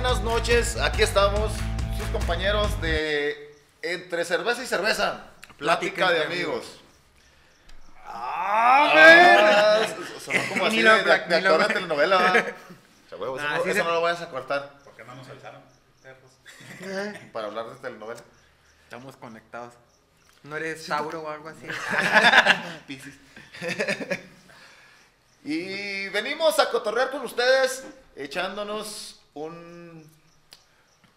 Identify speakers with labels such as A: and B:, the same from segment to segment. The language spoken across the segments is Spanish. A: noches, aquí estamos, sus compañeros de Entre Cerveza y Cerveza, Plática,
B: Plática
A: de
B: entre
A: Amigos.
B: ¡Ah,
A: Ah, so- sonó como así
B: Ni
A: de,
B: lo-
A: de, de
B: ni lo-
A: actor de telenovela, ¿verdad? O sea, huevo, eso
B: Nah,
A: no-
B: sí
A: eso
B: se-
A: no lo vayas a cortar
C: ¿Por qué no nos avisaron? Perros.
B: Eh.
A: para hablar de telenovela.
B: Estamos conectados. ¿No eres Tauro o algo así?
A: Y venimos a cotorrear con ustedes echándonos un,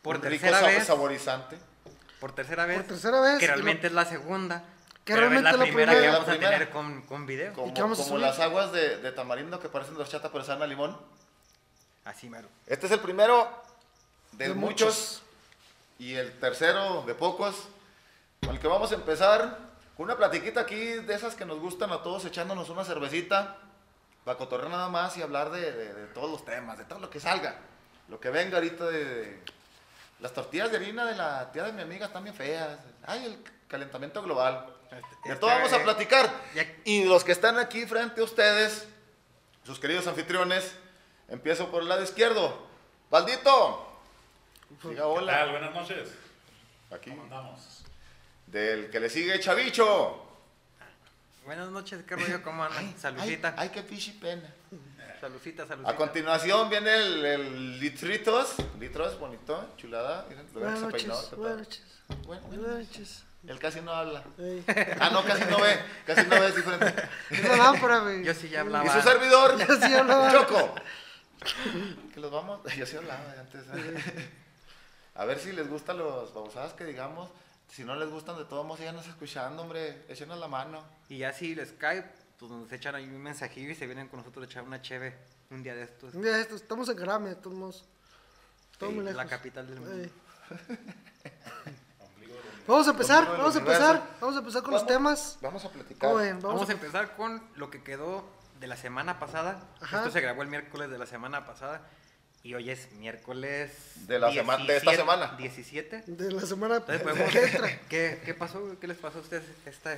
B: Por
A: un rico
B: tercera
A: sab-
B: vez.
A: saborizante.
B: Por tercera vez.
D: Por tercera vez.
B: Que realmente es la segunda.
D: que
B: pero
D: realmente
B: es la
D: la
B: primera
A: primera.
B: que
A: La
B: vamos a
A: primera.
B: tener con, con video.
A: Como,
D: qué vamos a
A: como
D: subir?
A: las aguas de, de tamarindo que parecen horchata pero saben a limón.
B: Así mero.
A: Este es el primero de,
D: De
A: muchos,
D: muchos.
A: y el tercero de pocos, con el que vamos a empezar con una platiquita aquí de esas que nos gustan a todos, echándonos una cervecita para cotorrear nada más y hablar de, de- de todos los temas, de todo lo que salga, lo que venga ahorita de... de- las tortillas de harina de la tía de mi amiga están bien feas. Ay, el calentamiento global.
B: Este-
A: De todo vamos a
B: este-
A: platicar.
B: ya-
A: Y los que están aquí frente a ustedes, sus queridos anfitriones, empiezo por el lado izquierdo. Valdito, diga
C: ¿Qué tal?
A: hola.
C: Buenas noches.
A: Aquí.
C: ¿Cómo andamos?
A: Del que le sigue Chavicho.
B: Buenas noches, qué rollo, cómo andan. Saludcita.
A: Ay, ay, qué pichi pena.
B: Saludcita, saludcita.
A: A continuación viene el, el Litritos. Litros, bonito, chulada. Miren, lo veo que
D: Buenas
A: se peinó, ¿qué
D: noches,
A: tal?
D: buenas noches.
A: Bueno, bueno.
D: Buenas noches.
A: Él casi no habla.
D: Ey.
A: Ah, no, casi no ve. Casi no ve, es diferente.
D: Es la lámpara, güey.
B: Yo sí ya hablaba.
A: Y su servidor,
D: Yo sí hablaba.
A: Choco. Que los vamos. Yo sí hablaba de antes. ¿eh? A ver si les gustan los babosadas que digamos. Si no les gustan, de todos modos, síganos escuchando, hombre. Échenos la mano.
B: Y ya si les cae, pues nos echan ahí un mensajillo y se vienen con nosotros a echar una cheve un día de estos.
D: Un día de estos, estamos en Grame, de todos modos. Todo
B: Sí,
D: muy lejos.
B: la capital del mundo.
D: Ey. Vamos a empezar,
A: Ombligo del
D: vamos a
A: universo.
D: empezar, vamos a empezar con los temas.
A: Vamos a platicar.
D: ¿Cómo ven?
B: Vamos,
D: Vamos
B: a
D: a-
B: empezar con lo que quedó de la semana pasada.
D: Ajá.
B: Esto se grabó el miércoles de la semana pasada. Y hoy es miércoles.
A: De la sema- de esta
B: 17,
A: semana.
B: 17.
D: de la semana
B: Entonces, podemos-
D: que entra.
B: ¿Qué, qué pasó? güey? ¿Qué les pasó a ustedes esta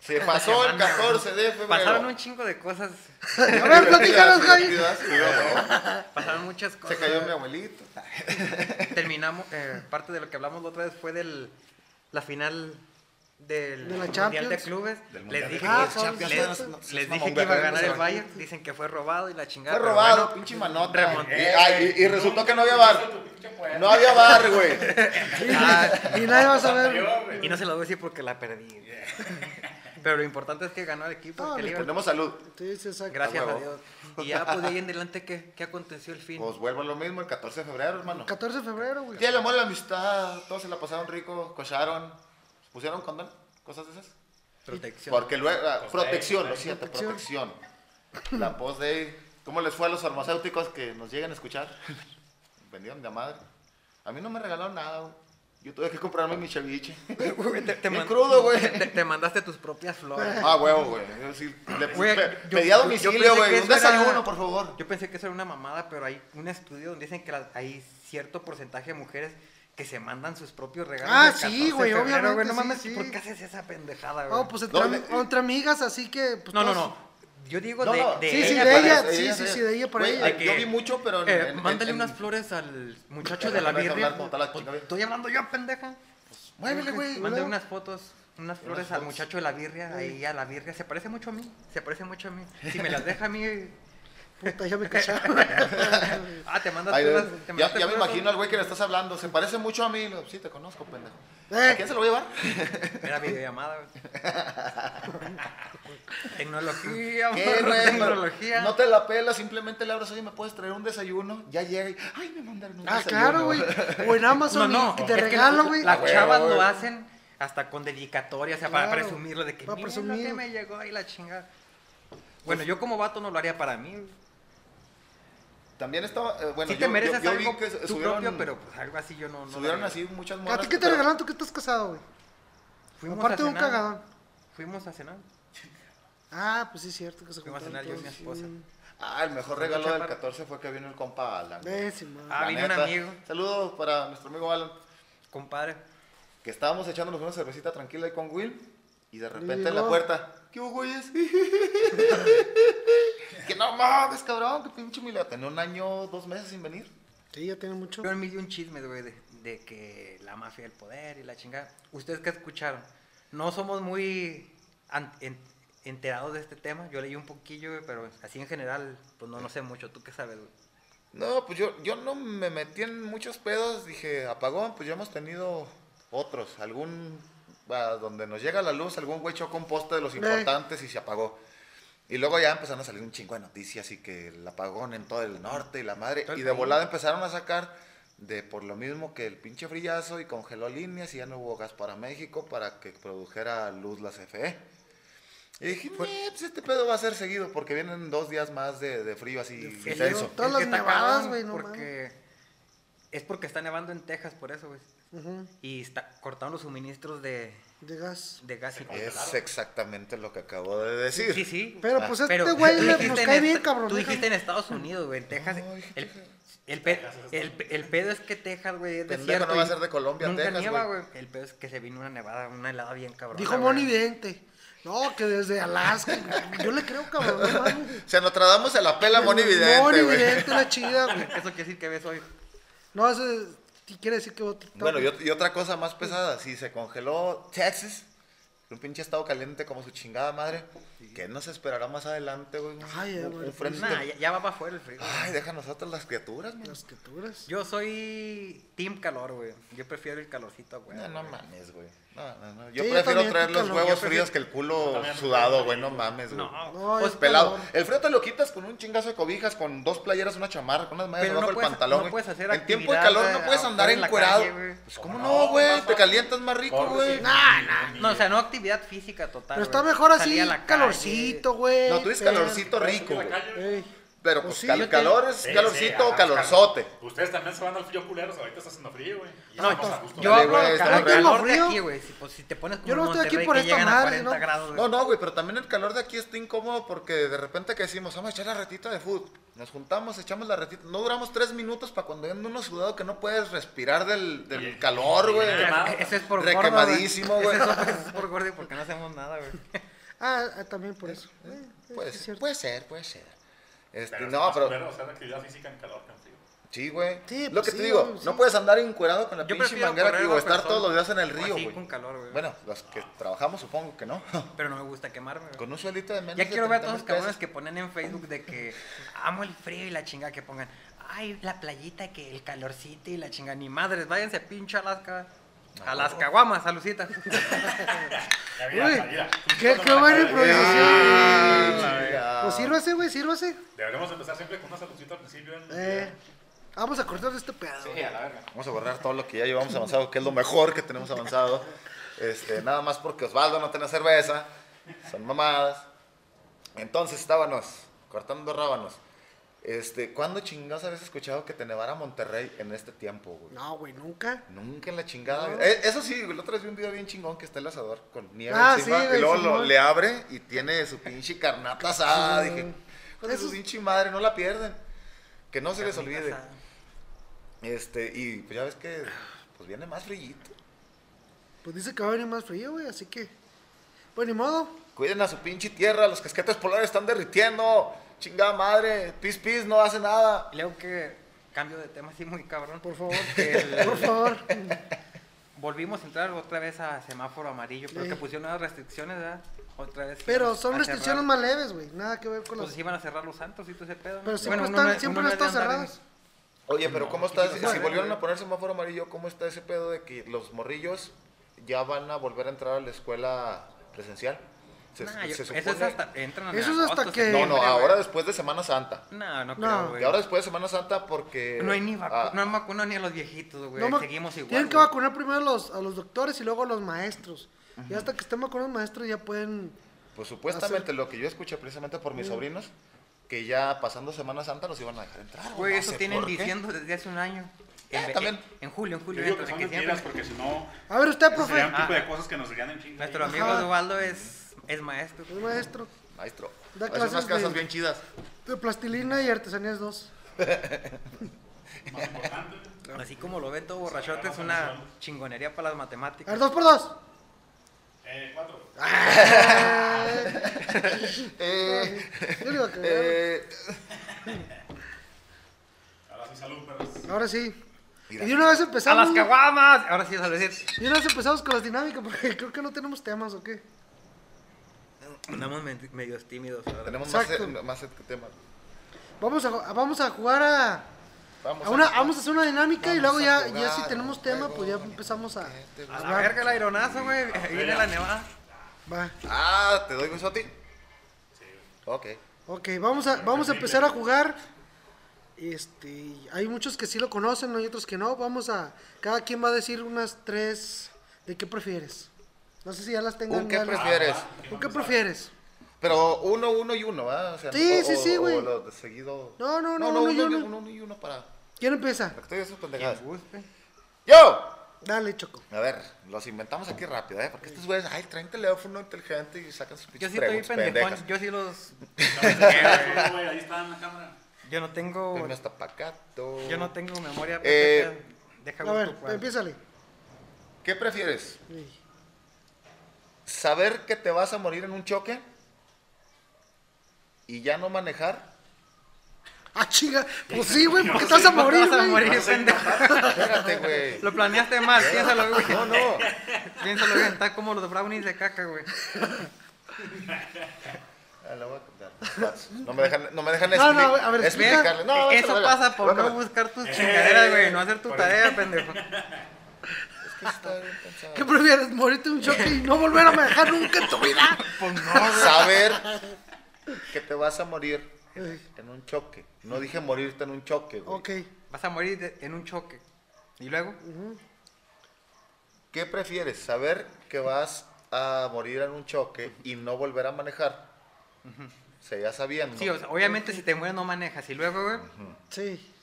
A: Se pasó el
B: semana, güey?
A: 14 de febrero.
B: Pasaron un chingo de cosas.
D: A ver, platícanos, Javi.
B: Pasaron muchas cosas.
A: Se cayó mi abuelito.
B: Terminamos. eh, parte de lo que hablamos la otra vez fue de la final del
D: De la
B: Mundial de
D: Champions.
B: Clubes.
A: Del
B: les
A: Mundial de
B: dije,
D: Clubes.
B: les-
D: Ah, pues,
B: les-
D: no seas-
A: no seas
B: les
A: mamón,
B: dije que iba a
A: güey,
B: ganar
A: no
B: el
A: seas-
B: Bayern. Dicen que fue robado y la chingada.
A: Fue
B: pero
A: robado,
B: bueno,
A: pinche manota.
B: remontó.
A: Eh, ay, y, y resultó que no había bar. No había bar, güey.
B: Ah,
D: Y nadie va a saber.
C: Yo, güey.
B: Y no se lo voy a decir porque la perdí. Pero lo importante es que ganó el equipo.
D: No,
B: que
D: le
B: le iba-
A: Tenemos salud.
D: Sí, sí, exacto.
B: Gracias
A: Ah,
B: a
A: huevo.
B: Dios. Y ya, pues de ahí en adelante, ¿qué, qué aconteció el fin?
A: Pues vuelvo a lo mismo el 14 de febrero, hermano.
D: 14 de febrero, güey.
A: Día del amor y la amistad, todos se la pasaron rico, cocharon, pusieron condón, cosas de esas.
B: Protección.
A: Porque luego, ah, protección, lo siento, protección.
D: Protección.
A: La post de, ¿cómo les fue a los farmacéuticos que nos llegan a escuchar? Vendieron de a madre. A mí no me regalaron nada, güey. Yo tuve que comprarme mi ceviche.
B: Güey, te, te
A: Bien
B: man-
A: crudo, güey.
B: Te, te mandaste tus propias flores.
A: Ah, huevo, güey. Yo sí, le
B: Güey,
A: pe-
B: yo-
A: pedí a
B: yo pensé
A: domicilio,
B: que
A: güey.
B: eso
A: Un
B: era-
A: desayuno, por favor.
B: Yo pensé que eso era una mamada, pero hay un estudio donde dicen que la- hay cierto porcentaje de mujeres que se mandan sus propios regalos.
D: Ah,
B: del
D: sí,
B: 14 de
D: güey,
B: febrero,
D: obviamente,
B: güey. No
D: sí,
B: mames,
D: sí.
B: ¿por qué haces esa pendejada, güey?
D: No, pues entre,
A: No, le-
D: entre amigas, así que. Pues,
B: no, no,
D: todos-
B: no. Yo digo
A: No,
B: de,
A: no,
B: de
D: Sí, sí,
B: ella
D: de
B: para-
D: ella.
A: para-
D: sí, sí, sí, de ella para
A: Güey,
D: ella.
A: Yo
B: Que-
A: vi mucho, pero en-
B: Eh,
A: en- en-
B: mándale
A: en-
B: unas flores al muchacho
A: Ya
B: de la
A: no vas a
B: birria.
A: hablar como tal la
B: Pues,
A: chinga, güey.
B: Estoy hablando yo, pendeja.
A: Muévele, güey.
B: Mandé
D: ¿verdad?
B: unas fotos, unas flores al
A: fotos.
B: muchacho de la birria, ahí a la birria. Se parece mucho a mí, se parece mucho a mí. Si me las deja a mí,
D: Puta, ya me cacharon.
B: ah, te mandas
A: Ay,
B: tú
A: güey.
B: las- te
A: ya,
B: mandaste
A: ya me
B: tú las-
A: imagino al güey que le estás hablando. Se parece mucho a mí. Le digo, Sí, te conozco, pendejo.
D: Eh.
A: ¿A quién se lo voy a llevar?
B: Era videollamada, güey. tecnología,
A: ¿Qué,
B: morro,
A: güey?
B: tecnología.
A: No te la pelas, simplemente le abras, oye, ¿me puedes traer un desayuno? Ya llega y, ay, me mandaron un
D: Ah,
A: desayuno.
D: claro, güey. O en Amazon
B: no, no.
D: y
B: es
D: te
B: que
D: regalo,
B: la-
D: güey.
B: Las
A: güey,
B: chavas
A: Ah, güey.
B: lo hacen hasta con dedicatoria, o sea, para
D: Claro,
B: presumirlo de que
D: para
B: "Miren lo
D: presumir".
B: que me llegó y la chingada. Bueno, yo como vato no lo haría para mí. güey.
A: También estaba, eh, bueno,
B: sí
A: yo,
B: te mereces
A: yo- yo
B: algo
A: vi que
B: tu
A: subieron,
B: propio, pero pues algo así yo no. no lo
A: subieron
B: haría.
A: así muchas
D: ¿A
A: morras.
D: ti qué te
A: pero-
D: regalaron? ¿Tú que estás casado, güey?
B: Fuimos
D: Aparte
B: a
D: de un
B: cenar,
D: cagadón.
B: Fuimos a cenar.
D: Ah, pues sí, es cierto que se
B: Fuimos a
D: juntaron
B: cenar yo y mi
D: todos.
B: esposa.
D: Mm.
A: Ah, el mejor
B: Con un
A: regalo del
B: chaparro.
A: 14 fue que vino el compa Alan. güey.
D: Eh, sí, man.
B: Ah,
A: La
B: vino un
A: neta.
B: amigo.
A: Saludos para nuestro amigo Alan.
B: Compadre,
A: Que estábamos echándonos una cervecita tranquila ahí con Will. Y de repente en la
D: llegó.
A: puerta, ¿qué hubo, güeyes? que no mames, cabrón, que pinche milagro. Tenía un año, dos meses sin venir.
D: Sí, Sí, ya tiene mucho.
B: Yo en mí di un chisme, güey, de, de que la mafia del poder y la chingada. ¿Ustedes qué escucharon? No somos muy an- en- enterados de este tema. Yo leí un poquillo, güey, pero así en general, pues no, no sé mucho. ¿Tú qué sabes, güey?
A: No, pues yo, yo no me metí en muchos pedos, dije, apagón, pues ya hemos tenido otros, algún, a donde nos llega la luz, algún güey chocó un poste de los
D: Eh.
A: importantes y se apagó. Y luego ya empezaron a salir un chingo de noticias y que el apagón en todo el norte y la madre,
B: Todo el
A: y de
B: país.
A: volada empezaron a sacar de por lo mismo que el pinche frillazo y congeló líneas y ya no hubo gas para México para que produjera luz la CFE. Y dije, "Nee,
D: Mm.
A: pues este pedo va a ser seguido porque vienen dos días más de, de frío así
D: De frío.
A: intenso.
D: Todas
B: El que
D: las
B: está cabrón,
D: nevadas, güey, no
B: Porque es porque está nevando en Texas, por eso, güey.
D: Ujú,
B: Y está cortaron los suministros de,
D: De gas.
B: de gas y
A: Es exactamente lo que acabo de decir.
B: Sí, sí.
D: Pero pues
B: Pero
D: este güey
B: tú
D: le-
B: dijiste
D: nos
B: en
D: cae
B: esta-
D: bien, cabrón.
B: Tú
D: déjalo.
B: dijiste en Estados Unidos, güey, en Texas.
A: No,
B: el,
A: dije
B: el pe- el pe- el pedo es que Texas, güey, es
A: Pendejo,
B: desierto.
A: no va a
B: y
A: ser de Colombia a
B: nunca
A: Texas,
B: nieva,
A: güey.
B: güey. El pedo es que se vino una nevada, una helada bien cabrón.
D: Dijo Moni Vidente. No, que desde Alaska. Yo le creo, cabrón. No, mames.
A: O sea, nos tratamos a la pela Moni
D: Moni
A: Vidente, güey.
D: Vidente, la chida, güey.
B: Eso quiere decir que ves hoy.
D: No, eso es- sí quiere decir que vos
A: Bueno, y, ot- y otra cosa más pesada, si se congeló Texas, un pinche estado caliente como su chingada madre, ¿qué nos esperará más adelante, güey?
D: Ay, ya,
A: Un-
D: güey,
A: un frente-
B: Nah, ya, ya va para afuera el frío. güey.
A: Ay, deja a nosotros las criaturas, man.
D: Las criaturas.
B: Yo soy team calor, güey. Yo prefiero el calorcito, güey.
A: No, no
B: güey.
A: mames, güey. No, no, no. Yo
D: Sí, yo
A: prefiero
D: también,
A: traer
D: tú
A: los
D: calor.
A: huevos
D: Yo prefiero-
A: fríos que el
C: Yo
A: culo
C: también me
A: sudado,
C: prefiero
A: güey. No
C: frío.
A: mames, güey.
B: No,
D: No,
B: pues
D: yo
A: Pelado.
D: calor.
A: El frío te lo quitas con un chingazo de cobijas, con dos playeras, una chamarra, con unas mallas
B: Pero
A: debajo
B: no
A: del
B: puedes-
A: pantalón.
B: no
A: güey.
B: puedes hacer
A: En tiempo de
B: actividad,
A: calor no
B: eh,
A: puedes andar
B: afuera en la
A: encuerado.
B: calle, güey.
A: pues cómo
C: ¿Cómo
A: no,
C: no?
A: güey.
C: Más
A: Te
C: fácil.
A: calientas más rico,
C: Corre,
A: güey.
C: sí.
D: Nah, nah.
B: No, o sea, no actividad física total.
D: Pero
B: güey.
D: está mejor así,
B: Salir a la calle.
D: calorcito, güey.
A: No, tú dices
D: pero-
A: calorcito rico, güey.
D: Ey,
A: Pero
D: Pues
A: pues
D: sí,
A: cal-
D: yo te-
A: calor es
C: Sí, sí,
A: calorcito o
C: hagamos calor.
A: calorzote.
C: Ustedes también se van al frío culeros, ahorita está haciendo frío, güey. Y
B: No,
C: estamos a
B: entonces,
C: gusto.
B: yo
A: Dale,
B: hablo
A: güey,
B: del
A: está
B: calor,
A: re
B: calor de
D: frío.
B: aquí, güey. Si, pues, si te pones como
D: Yo no
B: en
D: estoy aquí
B: Monterrey,
D: por
B: que
D: esta
B: llegan a
D: madre,
B: 40
D: ¿no?
B: grados, güey.
A: No, no, güey, pero también el calor de aquí está incómodo porque de repente que decimos, vamos a echar la retita de food. Nos juntamos, echamos la retita. No duramos tres minutos para cuando anda uno sudado que no puedes respirar del, del
C: Oye,
A: calor,
C: y
A: güey.
C: viene
B: Ah,
C: quemado.
B: Eso es por
A: Requemadísimo,
B: gordo,
A: güey.
B: Eso es- eso es por gordo y porque no hacemos nada, güey.
D: Ah, ah, también por eso. Eh, eh,
A: Puede
D: sí es
A: ser, Pues,
D: cierto.
A: puede ser, puede ser. Este,
C: Pero
A: no, pero
C: Pero, o sea, la actividad física en calor que en frío.
A: sí, güey.
D: Sí,
A: lo
D: pues
A: que
D: sí,
A: te digo,
D: güey,
A: no
D: sí.
A: puedes andar encuerado con la pinche
B: prefiero
A: manguera
B: correr
A: aquí o
B: bajo el
A: estar
B: sol,
A: todos los días en el río,
B: así
A: güey.
B: con calor, güey.
A: Bueno, los que trabajamos supongo que no.
B: Pero no me gusta quemarme, güey.
A: con un suelito de menos
B: Ya
A: de
B: quiero ver a
A: 30
B: todos
A: mil
B: los cabrones
A: pesos.
B: que ponen en Facebook de que amo el frío y la chinga que pongan. Ay, la playita, que el calorcito y la chinga. Ni madres, váyanse pinche Alaska. A las caguamas, a Lucita.
C: Ya, mira,
D: Uy,
C: ya, mira.
D: qué, qué buena
A: Ah,
D: improvisación.
A: la verga.
D: Pues sírvase, güey, sírvase.
C: Deberíamos empezar siempre con una saludcita al principio. en-
D: Eh, vamos a cortar este pedo.
C: Sí, a la verga.
A: Vamos a borrar todo lo que ya llevamos avanzado, que es lo mejor que tenemos avanzado. Este, nada más porque Osvaldo no tiene cerveza. Son mamadas. Entonces estábamos cortando rábanos. Este, ¿cuándo chingados habías escuchado que te nevara Monterrey en este tiempo, güey?
D: No, güey, nunca.
A: Nunca en la chingada. Eh, eso sí, güey, la otra vez vi un video bien chingón que está el asador con nieve
D: Ah,
A: encima
D: sí,
A: y
D: güey,
A: luego lo-
D: Simón.
A: le abre y tiene su pinche carnata asada. Dije, con su
D: Esos-
A: pinche madre, no la pierden. Que no se les olvide.
B: Carnitas, ah.
A: Este, y pues ya ves que pues viene más frillito.
D: Pues dice que va a venir más frío, güey, así que. Pues ni modo.
A: Cuiden a su pinche tierra, los casquetes polares están derritiendo. Chingada madre, pis pis, no hace nada.
B: Y Luego que cambio de tema así muy cabrón.
D: Por favor.
B: Que el-
D: Por favor.
B: Volvimos a entrar otra vez a semáforo amarillo, pero
D: Sí.
B: que pusieron nuevas restricciones, ¿verdad? Otra vez.
D: Pero
B: iban
D: son
B: a
D: restricciones
B: cerrar.
D: más leves, güey. Nada que ver con
B: Pues
D: las.
B: iban a cerrar los santos y todo ese pedo. ¿no?
D: Pero siempre,
B: uno
D: están,
B: no- uno
D: siempre han
B: no
D: estado
B: debe andar en-
D: cerradas.
A: Oye, pero
B: No,
A: ¿cómo está?
B: sí,
A: Si,
B: sí,
A: si
B: sí,
A: volvieron
B: güey.
A: a poner semáforo amarillo, ¿cómo está ese pedo de que los morrillos ya van a volver a entrar a la escuela presencial? Se,
B: Nah, yo-
A: se
B: Eso es
A: supone-
B: hasta. Entran en
D: Eso es hasta
B: agosto,
D: que-
A: No, no,
B: septiembre,
A: ahora
B: güey.
A: después de Semana Santa.
B: No, no
D: No.
B: creo, güey.
A: Y ahora después de Semana Santa porque...
B: No hay ni
A: ah,
B: vacunas, no han vacunado ni a los viejitos, güey.
D: No ma-
B: Seguimos igual.
D: Tienen que
B: güey.
D: vacunar primero a los, a los doctores y luego a los maestros. Y hasta que estén vacunados los maestros ya pueden.
A: Pues supuestamente
D: Hacer-
A: lo que yo escuché precisamente por mis
B: Mm.
A: sobrinos, que ya pasando Semana Santa los iban a dejar entrar.
B: Güey,
A: no
B: eso
A: sé
B: tienen
A: por qué. Eh,
B: diciendo desde hace un año. En, ve-
A: también.
B: en julio, en
C: Yo
B: julio.
C: digo que
B: entran,
C: son
B: que siempre-
C: mentiras porque si no,
D: A ver, usted, Eh, profe.
C: serían
D: Es
C: tipo de cosas que nos dirían en chinga.
B: Nuestro
C: ahí.
B: amigo
D: Ajá.
B: Eduardo es, es maestro.
D: maestro.
A: Maestro,
D: Da
A: hace
D: clases
A: unas casas
D: de-
A: bien chidas.
D: De plastilina y artesanías 2.
C: Más importante.
B: Así como lo ven todo borrachote, es una chingonería para las
D: A ver,
B: matemáticas.
D: dos por dos.
C: Eh, cuatro.
A: Eh,
D: Yo le iba a cagar.
A: eh,
C: Ahora sí, salud, perros.
D: Ahora sí.
A: Mira.
D: y de una vez
B: ¡A
D: empezamos.
B: las caguamas! Ahora sí, a decir.
D: de una vez empezamos con las dinámicas, porque creo que no tenemos temas o qué.
B: Andamos med- medios tímidos. ahora.
A: Tenemos más,
D: Exacto.
A: eh, más temas.
D: Vamos a, vamos a jugar a.
A: Vamos
D: a una- vamos a hacer una dinámica y luego
A: Vamos a
D: ya, ya
A: jugar
D: si tenemos
A: un
D: tema,
A: juego,
D: pues ya
A: vale.
D: empezamos a.
A: este,
B: A la verga el aironazo, güey. Viene la nevada.
D: Va.
A: Ah, ¿te doy beso a ti? Sí. Ok.
D: Ok, vamos a, vamos a empezar a jugar. Este, hay muchos que sí lo conocen, hay otros que no. Vamos a, cada quien va a decir unas tres de qué prefieres. No sé si ya las tengan.
A: ¿Un qué
D: ya las-
A: prefieres?
D: ¿Un qué prefieres?
A: Pero uno, uno y uno, ¿ah? O sea,
D: Sí,
A: o-
D: sí,
A: o-
D: sí, güey.
A: o lo de seguido.
D: No, no, no, uno y uno.
A: uno y uno para.
D: ¿Quién empieza?
A: Para que estoy de esas pendejadas.
B: Guste.
A: ¡Yo!
D: Dale, Choco.
A: A ver, los inventamos aquí rápido, ¿eh? Porque estos güeyes, ay, traen teléfono inteligente y sacan sus
B: Pues Yo
A: pinches
B: sí estoy
A: preguntas
B: pendejón.
A: pendejas.
B: Yo sí los.
C: Ahí güey, ahí está en la cámara.
B: Yo no tengo.
A: Primero hasta pacato.
B: Yo no tengo memoria.
A: Pues Eh,
B: perfecta. Deja
D: A ver,
B: gusto pues. cuál.
D: empiézale.
A: ¿Qué prefieres?
D: Sí.
A: ¿Saber que te vas a morir en un choque? ¿Y ya no manejar?
D: Ah, chinga. Pues sí, güey, porque
C: No,
D: estás a
B: ¿Cómo te
D: morir,
B: vas a
D: güey.
B: morir, pendejo?
A: Espérate, güey.
B: Lo planeaste mal,
A: Eh.
B: piénsalo, güey.
A: No, no.
B: Piénsalo bien, está como los brownies de caca, güey.
A: Ah, la voy a contar. Vas. No me dejan, no me dejan
D: No, no,
A: expli-
D: a ver, explica.
A: explicarle. No, vete a
B: Eso
A: la verga.
B: pasa por
A: Vete a
B: no
A: la-
B: buscar tus
C: Eh,
B: chingaderas, güey, no hacer tu
C: por-
B: tarea, pendejo.
A: Es que está bien pensado.
D: ¿Qué prefieres? ¿Morirte de un choque y no volver a manejar nunca en tu vida?
B: Pues no,
A: Saber que te vas a morir
D: Eh,
A: en un choque. No dije morirte en un choque, güey.
D: ok.
B: vas a morir de- en un choque. ¿Y luego?
A: ¿Qué prefieres? ¿Saber que vas a morir en un choque y no volver a manejar? Se ya sabiendo.
B: Sí, o sea, obviamente si te mueres no manejas. ¿Y luego, güey?
D: Sí.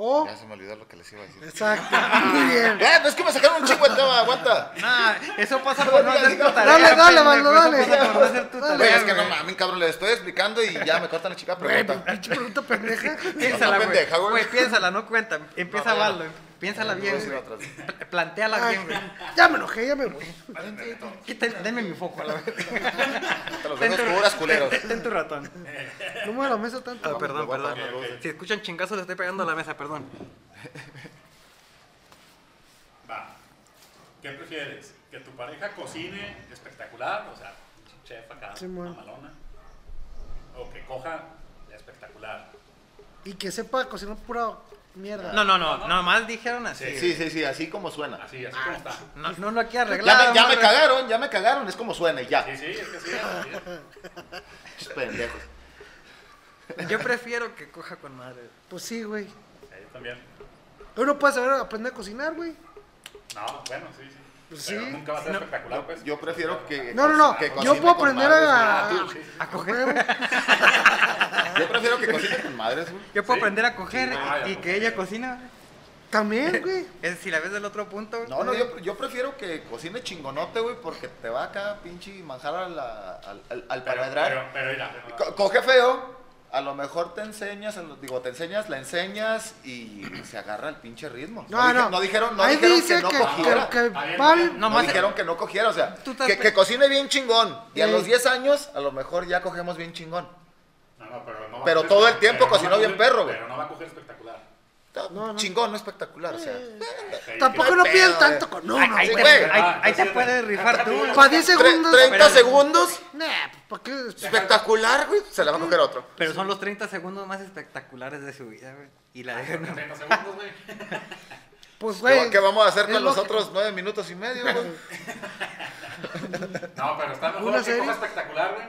D: O.
A: Ya se me olvidó lo que les iba a decir.
D: Exacto. Muy bien.
A: ¡Eh, pues es que me sacaron un chingo el tema! ¡Aguanta!
B: Nah, eso pasa por no hacer tu tarea.
D: Dale, dale, Valdo,
B: pendejo,
D: dale.
B: Eso pasa por no hacer tu
D: Dale.
B: tarea,
A: Güey, Pues es que no
B: güey.
A: mames, cabrón, les estoy explicando y ya me cortan la chica
D: Güey, pues,
A: pregunta.
D: pinche pregunta pendeja.
B: Piénsala,
A: No,
B: güey.
A: pendeja, güey.
B: Güey, piénsala, no cuenta. Empieza
A: No, no, no.
B: Valdo. Piénsala
A: No,
B: bien,
A: no, no,
B: güey.
A: no, no, no.
B: Pl- Plantéala bien, güey.
D: Ya me enojé, ya me voy.
B: Quita- Denme mi foco, a la verga.
A: Te los
B: Ten
A: dejo
B: tu-
A: oscuras, culeros.
B: ten- ten tu ratón.
D: No mueva la mesa tanto.
B: Ah, perdón,
A: voy a
B: perdón.
A: apagar la luz.
B: Si escuchan chingazos, le estoy pegando a la mesa, perdón.
C: Va. ¿Qué prefieres? ¿Que tu pareja cocine espectacular? O sea, un chef acá,
D: Sí,
C: una
D: man.
C: malona. ¿O que coja espectacular?
D: Y que sepa cocinar pura mierda.
B: No, no, no, nomás dijeron así.
A: Sí, sí, sí, así como suena.
C: Así, así
D: Ah.
C: como está.
B: No, no lo aquí arreglado.
A: Ya me, ya me
B: morra.
A: cagaron, ya me cagaron, es como suena y ya.
C: Sí, sí, es que sí. así es.
A: Pendejos.
B: Yo prefiero que coja con madre.
D: Pues sí, güey.
C: Sí, yo también.
D: Uno puede saber aprender a cocinar, güey.
C: No, bueno, sí, sí.
D: Pues
C: Pero
D: sí.
C: nunca va a ser
B: No,
C: espectacular, pues.
A: Yo prefiero que.
D: No, no, no.
A: que
D: Yo
A: cocine
D: puedo
A: con
D: aprender
A: madres,
D: a-
A: güey. Ah, tú, sí.
B: A coger.
A: Yo prefiero que cocine con madres, güey.
B: Yo puedo
C: Sí.
B: aprender a coger
C: Sí, no,
B: y,
C: ya
A: pues,
B: y que
C: coger.
B: ella cocina.
D: También, güey.
B: Es, si la ves del otro punto.
A: No, no, yo, yo prefiero que cocine chingonote, güey, porque te va acá pinche manjar a la- al, al, al
C: Pero,
A: palmedrar.
C: pero, pero mira,
A: Co- coge feo, a lo mejor te enseñas, a lo- digo, te enseñas, la enseñas y se agarra el pinche ritmo.
D: No,
A: dije-
D: no.
A: dijeron, no
D: Ahí
A: dijeron
D: dice
A: que no
D: que,
A: cogiera.
D: que- que
C: Ahí no.
D: Val-
B: No,
A: No
B: más-
A: dijeron que no cogiera, o sea,
B: Tú estás
A: que,
B: pe-
A: que cocine bien chingón. Y a
D: Sí.
A: los 10 años, a lo mejor ya cogemos bien chingón.
C: No, no, pero no va
A: Pero
C: a coger-
A: todo el tiempo
C: pero no va a
A: cocinó bien
C: coger-
A: perro, güey.
C: Pero no va a coger espectacular.
A: Está
D: No, no.
A: Chingón, no espectacular, o sea.
C: Sí,
D: Tampoco
A: qué
D: no
A: pedo,
D: piden
A: eh.
D: tanto con uno,
B: Ahí, ahí
A: Sí,
B: te,
A: güey.
B: ahí,
C: Ah,
B: ahí te
C: sí,
B: puedes
C: sí.
B: rifar tú.
D: Para 10
A: Tre-
D: segundos.
A: 30
B: Pero-
A: segundos,
D: Nah, ¿para qué?
A: espectacular, güey. Se la va a coger otro.
B: Pero son los 30 segundos más espectaculares de su vida, güey. Y
A: Ah,
B: la
C: que-
B: dejan.
C: 30 segundos, güey.
D: Pues,
A: ¿Qué,
D: güey.
A: va- qué vamos a hacer
D: es
A: con los
D: lógico.
A: otros 9 minutos y medio, güey?
C: No, pero está mejor
D: ¿Una
C: que
D: serie?
C: coja espectacular, güey.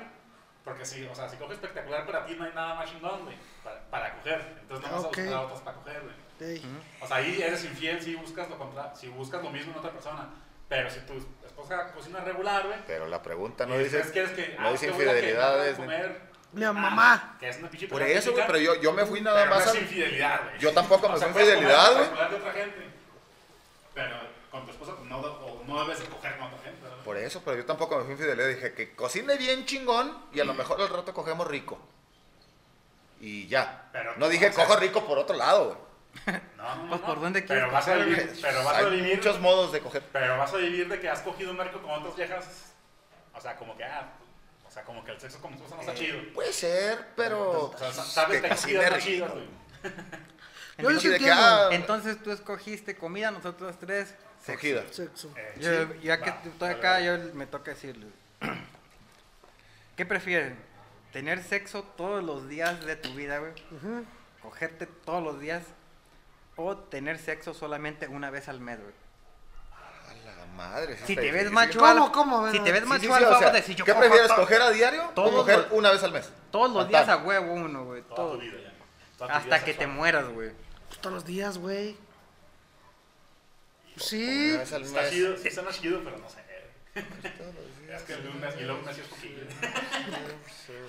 C: Porque si, o sea, si coge espectacular para ti no hay nada más chingón, güey. Para, para coger. Entonces no
D: Ah,
C: vas
D: ok.
C: a buscar a otras para coger, güey.
D: Ey,
C: O sea, ahí eres infiel si buscas lo contra, si buscas lo mismo en otra persona. Pero si tu esposa cocina regular, güey.
A: Pero la pregunta no
C: y
A: dice,
C: después quieres que,
A: no
C: ah,
A: dice
C: es que voy a que
A: infidelidades.
C: no
A: ni-
C: voy a comer,
D: Mi
C: ah,
D: mamá.
C: Que es una pinche
A: Por
C: pelea
A: eso, güey,
C: física,
A: pero yo, yo me fui nada
C: pero no
A: más a...
C: es infidelidad, güey.
A: Yo tampoco me
C: O sea,
A: fui
C: puedes comer
A: infidelidad, güey.
C: espectacular de otra gente. Pero con tu esposa pues, no, o no debes de coger con otra gente, ¿verdad?
A: Por eso, pero yo tampoco me fui infidelidad. Dije que cocine bien chingón y a lo mejor al rato cogemos rico. Y ya.
C: Pero-
A: no dije
C: o sea-
A: cojo rico por otro lado, güey.
C: No, no, no,
B: Pues,
C: no.
B: ¿por dónde quieres
C: pero vas a
B: coger,
C: vivir, pero vas a
A: Hay
C: vivir,
A: muchos modos de coger.
C: pero vas a vivir de que has cogido un marco con otras viejas, o sea, como que, ah, o sea, como que el sexo con
B: Eh,
C: tu esposa no está chido.
A: Puede ser, pero...
C: O sea,
A: pues,
C: sabes
A: que
C: que hay cogidas
A: cocine
C: más chidas,
A: rico.
C: güey.
D: Yo les
A: Sí, de que,
D: entiendo.
A: ah,
B: Entonces tú escogiste comida, nosotros tres. sexo.
A: Cogida.
D: Sexo.
C: Eh,
B: Yo,
C: sí,
B: ya que
C: va,
B: estoy
C: vale,
B: acá,
C: vale.
B: yo me toca decirle. ¿Qué prefieren? ¿Tener sexo todos los días de tu vida, güey?
D: Ujú.
B: ¿Cogerte todos los días? ¿O tener sexo solamente una vez al mes, güey?
A: A la madre. Ah, sí
B: Si
A: está
B: te ves
A: difícil.
B: macho
D: ¿Cómo,
B: alfa,
D: cómo,
B: si
D: verdad?
B: te ves
A: Sí, sí,
B: macho
A: sí,
B: alfa,
A: o sea,
B: vas a decir, yo
A: ¿Qué
B: cojo
A: prefieres,
B: to-
A: coger a diario o
B: todos los-
A: coger una vez al mes?
B: Todos los
A: Al
B: días a
A: tanto.
B: huevo uno, güey.
C: Toda
B: todo.
C: tu vida ya. Toda tu
B: Hasta
C: vida
B: que te
C: sexual.
B: mueras, güey.
D: Pues, Todos los días, güey. Pues,
A: Una
D: Sí.
A: vez al
C: Está
A: mes.
C: chido, sí está más chido, pero no sé. Es que el de un mes y luego un mes sí es poquillo.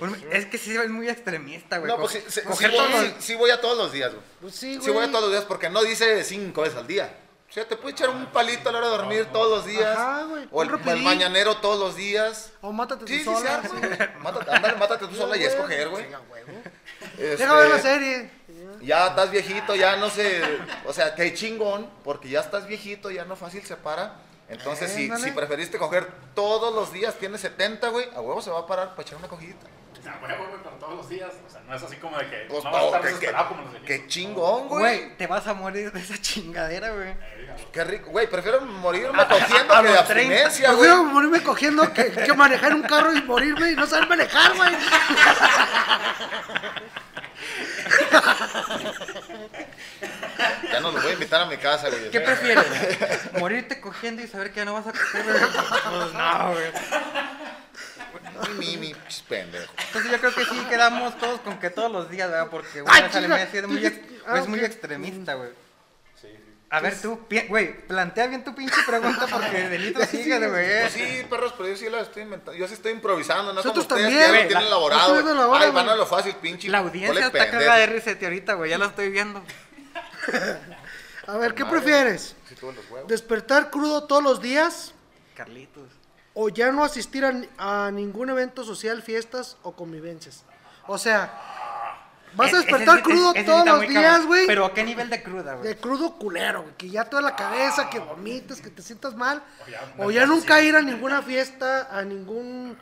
B: Un- Es que sí es muy extremista, güey.
A: No,
B: co-
A: pues sí, sí-
B: coger
A: sí voy,
B: todos los-
A: sí- sí voy a todos los días, güey.
D: Pues sí, güey.
A: Sí voy a todos los días porque no dice cinco veces al día. O sea, te puede echar un palito a la hora de dormir todos los días.
D: Ah, Ajá, güey.
A: O
D: Un
A: el,
D: rapidín.
A: el mañanero todos los días.
D: O mátate
A: Sí, sí,
D: tú
A: sí,
D: sola.
A: sí, güey. Mátate, ándale, mátate tú sola y escoger, güey.
D: Sí, a huevo.
A: Este,
D: Deja ver la serie.
A: Ya estás viejito, ya no sé. O sea, que hay chingón, porque ya estás viejito, ya no fácil se para. Entonces,
D: Eh,
A: si,
D: ándale.
A: si preferiste coger todos los días, tienes 70, güey, a huevo se va a parar para echar una cogidita.
C: O sea, huevo, güey, pero todos los días. O sea, no es así como de que.
A: Pues,
C: no vas a estar
A: que- que-
C: desesperado como los
A: qué,
C: viejitos.
A: chingón, güey.
B: Güey, te vas a morir de esa chingadera, güey.
C: Eh, dígalo.
A: Qué rico, güey. Prefiero morirme cogiendo
B: a
A: que de
B: los 30.
A: abstinencia, güey.
D: Prefiero morirme cogiendo que, que manejar un carro y morirme y no saber manejar, güey.
A: Ya no los voy a invitar a mi casa, güey.
B: ¿Qué prefieres? ¿Morirte cogiendo y saber que ya no vas a coger? güey? Pues no, güey.
A: Mi, mi, chis, pendejo.
B: Entonces yo creo que sí quedamos todos con que todos los días, ¿verdad? Porque
D: Ay,
B: una vez al
D: chinga,
B: mes sí es
D: tú
B: muy,
D: ya-
B: ex-
D: ah,
B: es muy
D: ok.
B: extremista, güey.
C: Sí, sí.
B: A ver tú, pi- güey, plantea bien tu pinche pregunta porque delito sigue,
A: Pues
B: güey.
A: sí, perros, pero yo sí la estoy inventando. Yo sí estoy improvisando, no
D: Nosotros
A: como ustedes
D: también.
A: que
B: Güey,
A: ya lo tienen
B: la-
A: elaborado.
D: nosotros lo
A: güey. Ay,
D: elaboramos.
A: van a lo fácil, pinche.
B: La
A: goles
B: audiencia está cagada de
A: pendejos.
B: RCT ahorita, güey, ya la estoy viendo.
D: A ver, ¿qué
A: Madre.
D: prefieres?
A: Sí, tuve los huevos.
D: ¿Despertar crudo todos los días
B: Carlitos.
D: o ya no asistir a, ni- a ningún evento social, fiestas o convivencias? O sea, vas
B: E-, Eh, Ese-
D: a
B: ese
D: despertar
B: sí-
D: crudo
B: ese sí
D: todos
B: está
D: los
B: muy cabrón.
D: días, güey.
B: Pero ¿a qué nivel de cruda, güey?
D: De crudo culero, güey, que ya toda la cabeza, que vomites, que te sientas mal.
C: O ya-
D: O ya nunca ir a ninguna fiesta, a ningún...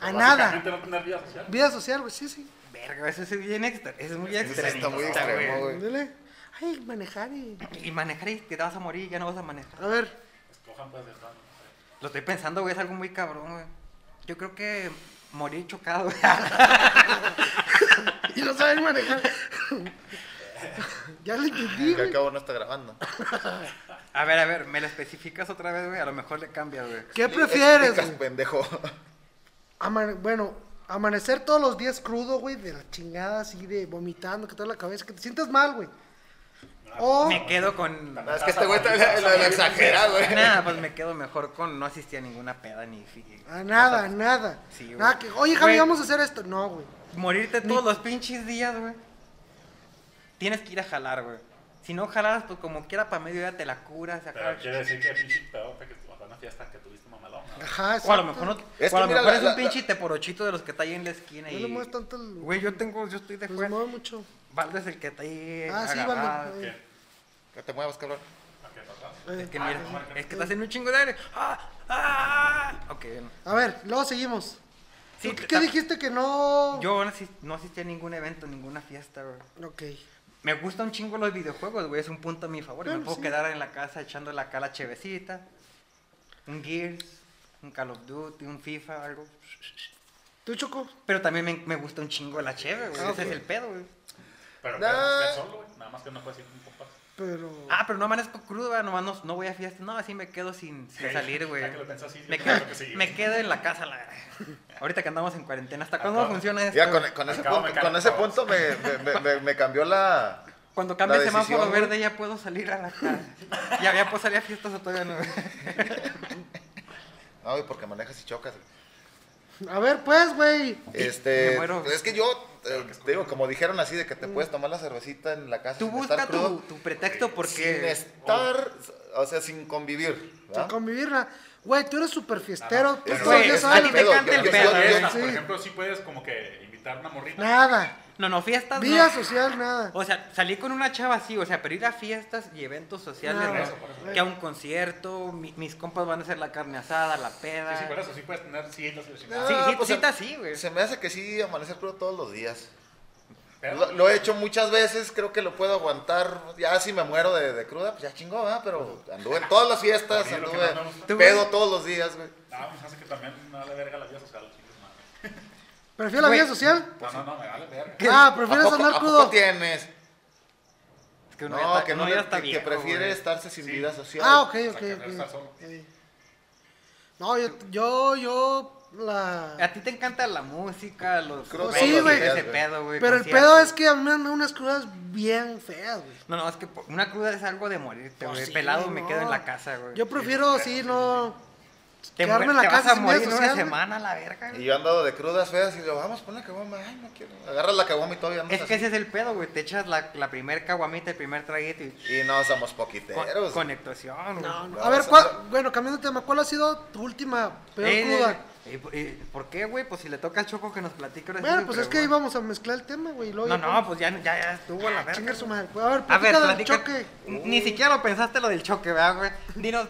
D: a nada.
C: Básicamente no tener vida social.
D: Vida social, güey, sí, sí.
B: Verga, eso sí es bien extra, es muy
A: Ese
B: extremista,
A: está muy
B: güey.
A: extremo, güey.
D: Ándale. Ay, manejar y...
B: Y manejar y que te vas a morir, ya no vas a manejar.
D: A ver,
C: Escojan, pues, de todo. no sé.
B: Lo estoy pensando, güey, es algo muy cabrón, güey. Yo creo que morir chocado, güey.
D: y no saben manejar. ya lo entendí,
A: Que al
D: güey.
A: cabo no está grabando.
B: A ver, a ver, me la especificas otra vez, güey. A lo mejor le cambias, güey.
D: ¿Qué
A: Sí,
D: prefieres,
A: explicas,
D: güey?
A: pendejo.
D: Amane- bueno, amanecer todos los días crudo, güey, de la chingada, así de vomitando, que toda la cabeza, que te sientas mal, güey. O,
B: Ah, Me quedo con.
A: No, es que este güey está lo, lo exagera, güey.
B: Nada, pues me quedo mejor con no asistir a ninguna peda ni. fi-
D: a nada, a nada.
B: Sí, güey.
D: nada que, Oye, Javi,
B: Güey.
D: vamos a hacer esto. No, güey.
B: Morirte todos los pinches días, güey. Tienes que ir a jalar, güey. Si no jalas, pues como quiera para medio día te la curas. se acaba-
C: Pero quiere decir que pinche pedote que tu- o sea, una fiesta que tuviste mamalón. ¿no?
D: Ajá,
B: O a lo
D: exacto.
B: mejor no.
A: Es
B: o a
A: que
B: lo
A: mira
B: mejor
A: la-
B: es
A: la-
B: un pinche teporochito de los que está ahí en la esquina
D: No le muevas
B: y.
D: tanto el.
B: Güey, yo tengo, yo estoy de
D: Pues
B: juez.
D: mueve mucho.
B: Valdes el que está ahí.
D: Ah, sí,
B: agarrado.
D: Valdes,
C: ¿Qué?
D: eh.
A: Que te muevas, cabrón.
C: ¿A qué pasa?
D: Eh,
B: Es que mira, es que estás en un chingo de aire. ¡Ah! ¡Ah! Ok, bueno.
D: A ver, luego seguimos.
B: Sí,
D: ¿Tú ¿Qué,
B: ta-
D: dijiste que no?
B: Yo no asis- no asistí a ningún evento, ninguna fiesta, güey.
D: Ok.
B: Me gustan un chingo los videojuegos, güey. Es un punto a mi favor. y me
D: Bueno,
B: puedo
D: sí.
B: quedar en la casa echando la cala chevecita. Un Gears, un Call of Duty, un FIFA, algo.
D: ¿Tú, Choco?
B: Pero también me, me gusta un chingo la cheve, güey.
A: Ah,
B: Ese es
A: güey.
B: el pedo, güey.
C: Pero
A: No.
C: que estés solo, güey. Nada más que no puedes ir con compas.
D: Pero.
B: Ah, pero no amanezco crudo, güey. Nomás no, no voy a fiestas. No, así me quedo sin, sin
C: Ok,
B: salir,
C: ya
B: güey.
C: que lo pensé así, yo
B: Me,
C: creo
B: quedo-
C: que sí.
B: me quedo en la casa, la verdad. Ahorita que andamos en cuarentena. ¿Hasta
C: Ah,
B: cuándo
C: claro.
B: funciona esto?
A: Ya con,
B: güey?
A: con ese
C: Acabo de
A: punto,
C: caer
A: con ese
C: todos.
A: punto me, me- me- me- me cambió la.
B: Cuando cambie el
A: la decisión,
B: semáforo
A: güey.
B: verde ya puedo salir a la casa. ya, ya puedo salir a fiestas o todavía no. güey.
A: No, güey, porque manejas y chocas. güey.
D: A ver, pues, güey.
A: Este.
B: me muero.
A: Es que yo, eh, te digo, como dijeron así, de que te puedes tomar la cervecita en la casa
B: Tú
A: sin estar
B: busca tu, Oh.
A: crudo.
B: tu pretexto
A: Sin
B: porque...
A: estar, o sea, sin convivir.
D: Sin
A: ¿verdad?
D: convivirla. Güey, tú eres súper fiestero. Tú
A: Pero,
D: todos los
B: Pues, güey,
D: días
B: a ti
D: sales.
B: te
A: pedo,
B: canta
A: yo-
B: el
A: yo-
B: pedo,
A: yo-
B: ¿eh?
C: Fiesta, Por
D: sí.
C: ejemplo, sí puedes como que invitar una morrita.
D: Nada.
B: No, no, fiestas
D: Vida
B: no.
D: social, nada.
B: O sea, salí con una chava así, o sea, pero ir a fiestas y eventos sociales,
D: No,
B: ¿no?
C: eso, por eso.
B: que a un concierto, mi- mis compas van a hacer la carne asada, la peda.
C: Sí, sí, por eso sí puedes tener citas y la chingada.
B: Ah. Sí,
A: Ah,
B: sí,
A: pues,
B: sí
A: se-
B: está así, güey.
A: Se me hace que sí, amanecer crudo todos los días.
C: pedo.
A: Lo, lo he hecho muchas veces, creo que lo puedo aguantar. Ya si me muero de, de cruda, pues ya chingó, ¿verdad? Pero anduve en todas las fiestas,
C: Sí, lo que
A: anduve
C: no, no.
B: Tú,
A: pedo
B: güey.
A: todos los días, güey.
C: No, pues hace que también me vale verga la vida social, chicos, madre.
D: ¿Prefiero la
B: Güey.
D: vida
B: Pues
D: social?
C: No, no, no, me vale verga.
D: Ah,
A: ¿A
D: ¿prefieres
A: poco-
D: andar
A: a poco
D: crudo?
A: tienes?
B: Es que uno ya
A: No,
B: está-
A: que no,
B: uno
A: le-
B: ya
A: que,
B: está
A: que
B: viejo,
A: prefiere
B: güey.
A: estarse sin
C: Sí.
A: vida social.
D: Ah, ok, ok,
C: Sacar estar
D: ok.
C: solo.
D: Ey. No, yo, yo, yo, la...
B: A ti te encanta la música, los
A: Creo-
B: juegos,
D: Sí, güey.
B: ese pedo, güey.
D: Pero el
B: conciertos.
D: pedo es que a mí me han dado unas crudas bien feas, güey.
B: No, no, es que po- una cruda es algo de morirte,
D: Pues
B: güey.
D: sí,
B: Pelado me
D: no.
B: quedo en la casa, güey.
D: Yo prefiero, sí, no...
B: te
D: quedarme
B: muer-
D: en la
B: te
D: casa
B: vas a
D: sin
B: morir
D: redes
B: en una
D: sociales.
B: semana, la verga.
A: Y
B: güey.
A: yo andado de crudas feas y digo, vamos, pon la caguama. Ay, no quiero. Agarras la caguama y todavía andas
B: Es que
A: así.
B: ese es el pedo, güey. Te echas la, la primer caguamita, el primer traguito y
A: Y no somos
B: con,
A: poquiteros.
B: con actuación, güey.
D: No, no.
A: No,
D: A ver,
A: eso
D: ¿cuál-
A: no.
D: bueno, cambiando de tema, ¿cuál ha sido tu última peor
B: Ey, de-
D: cruda?
B: ¿Y por- y eh, por qué, güey? Pues si le toca al Choco que nos platique ahora sí
D: Bueno,
B: su
D: pues es que
B: pregón.
D: íbamos a mezclar el tema, güey. y luego
B: No,
D: ya-
B: no, pues ya, ya, ya estuvo la verga.
D: Chingar Ah, su
B: güey.
D: madre. A ver,
B: A ver,
D: platica del
B: platica.
D: choque.
B: Ni siquiera lo pensaste lo del choque, ¿verdad, güey? Dinos,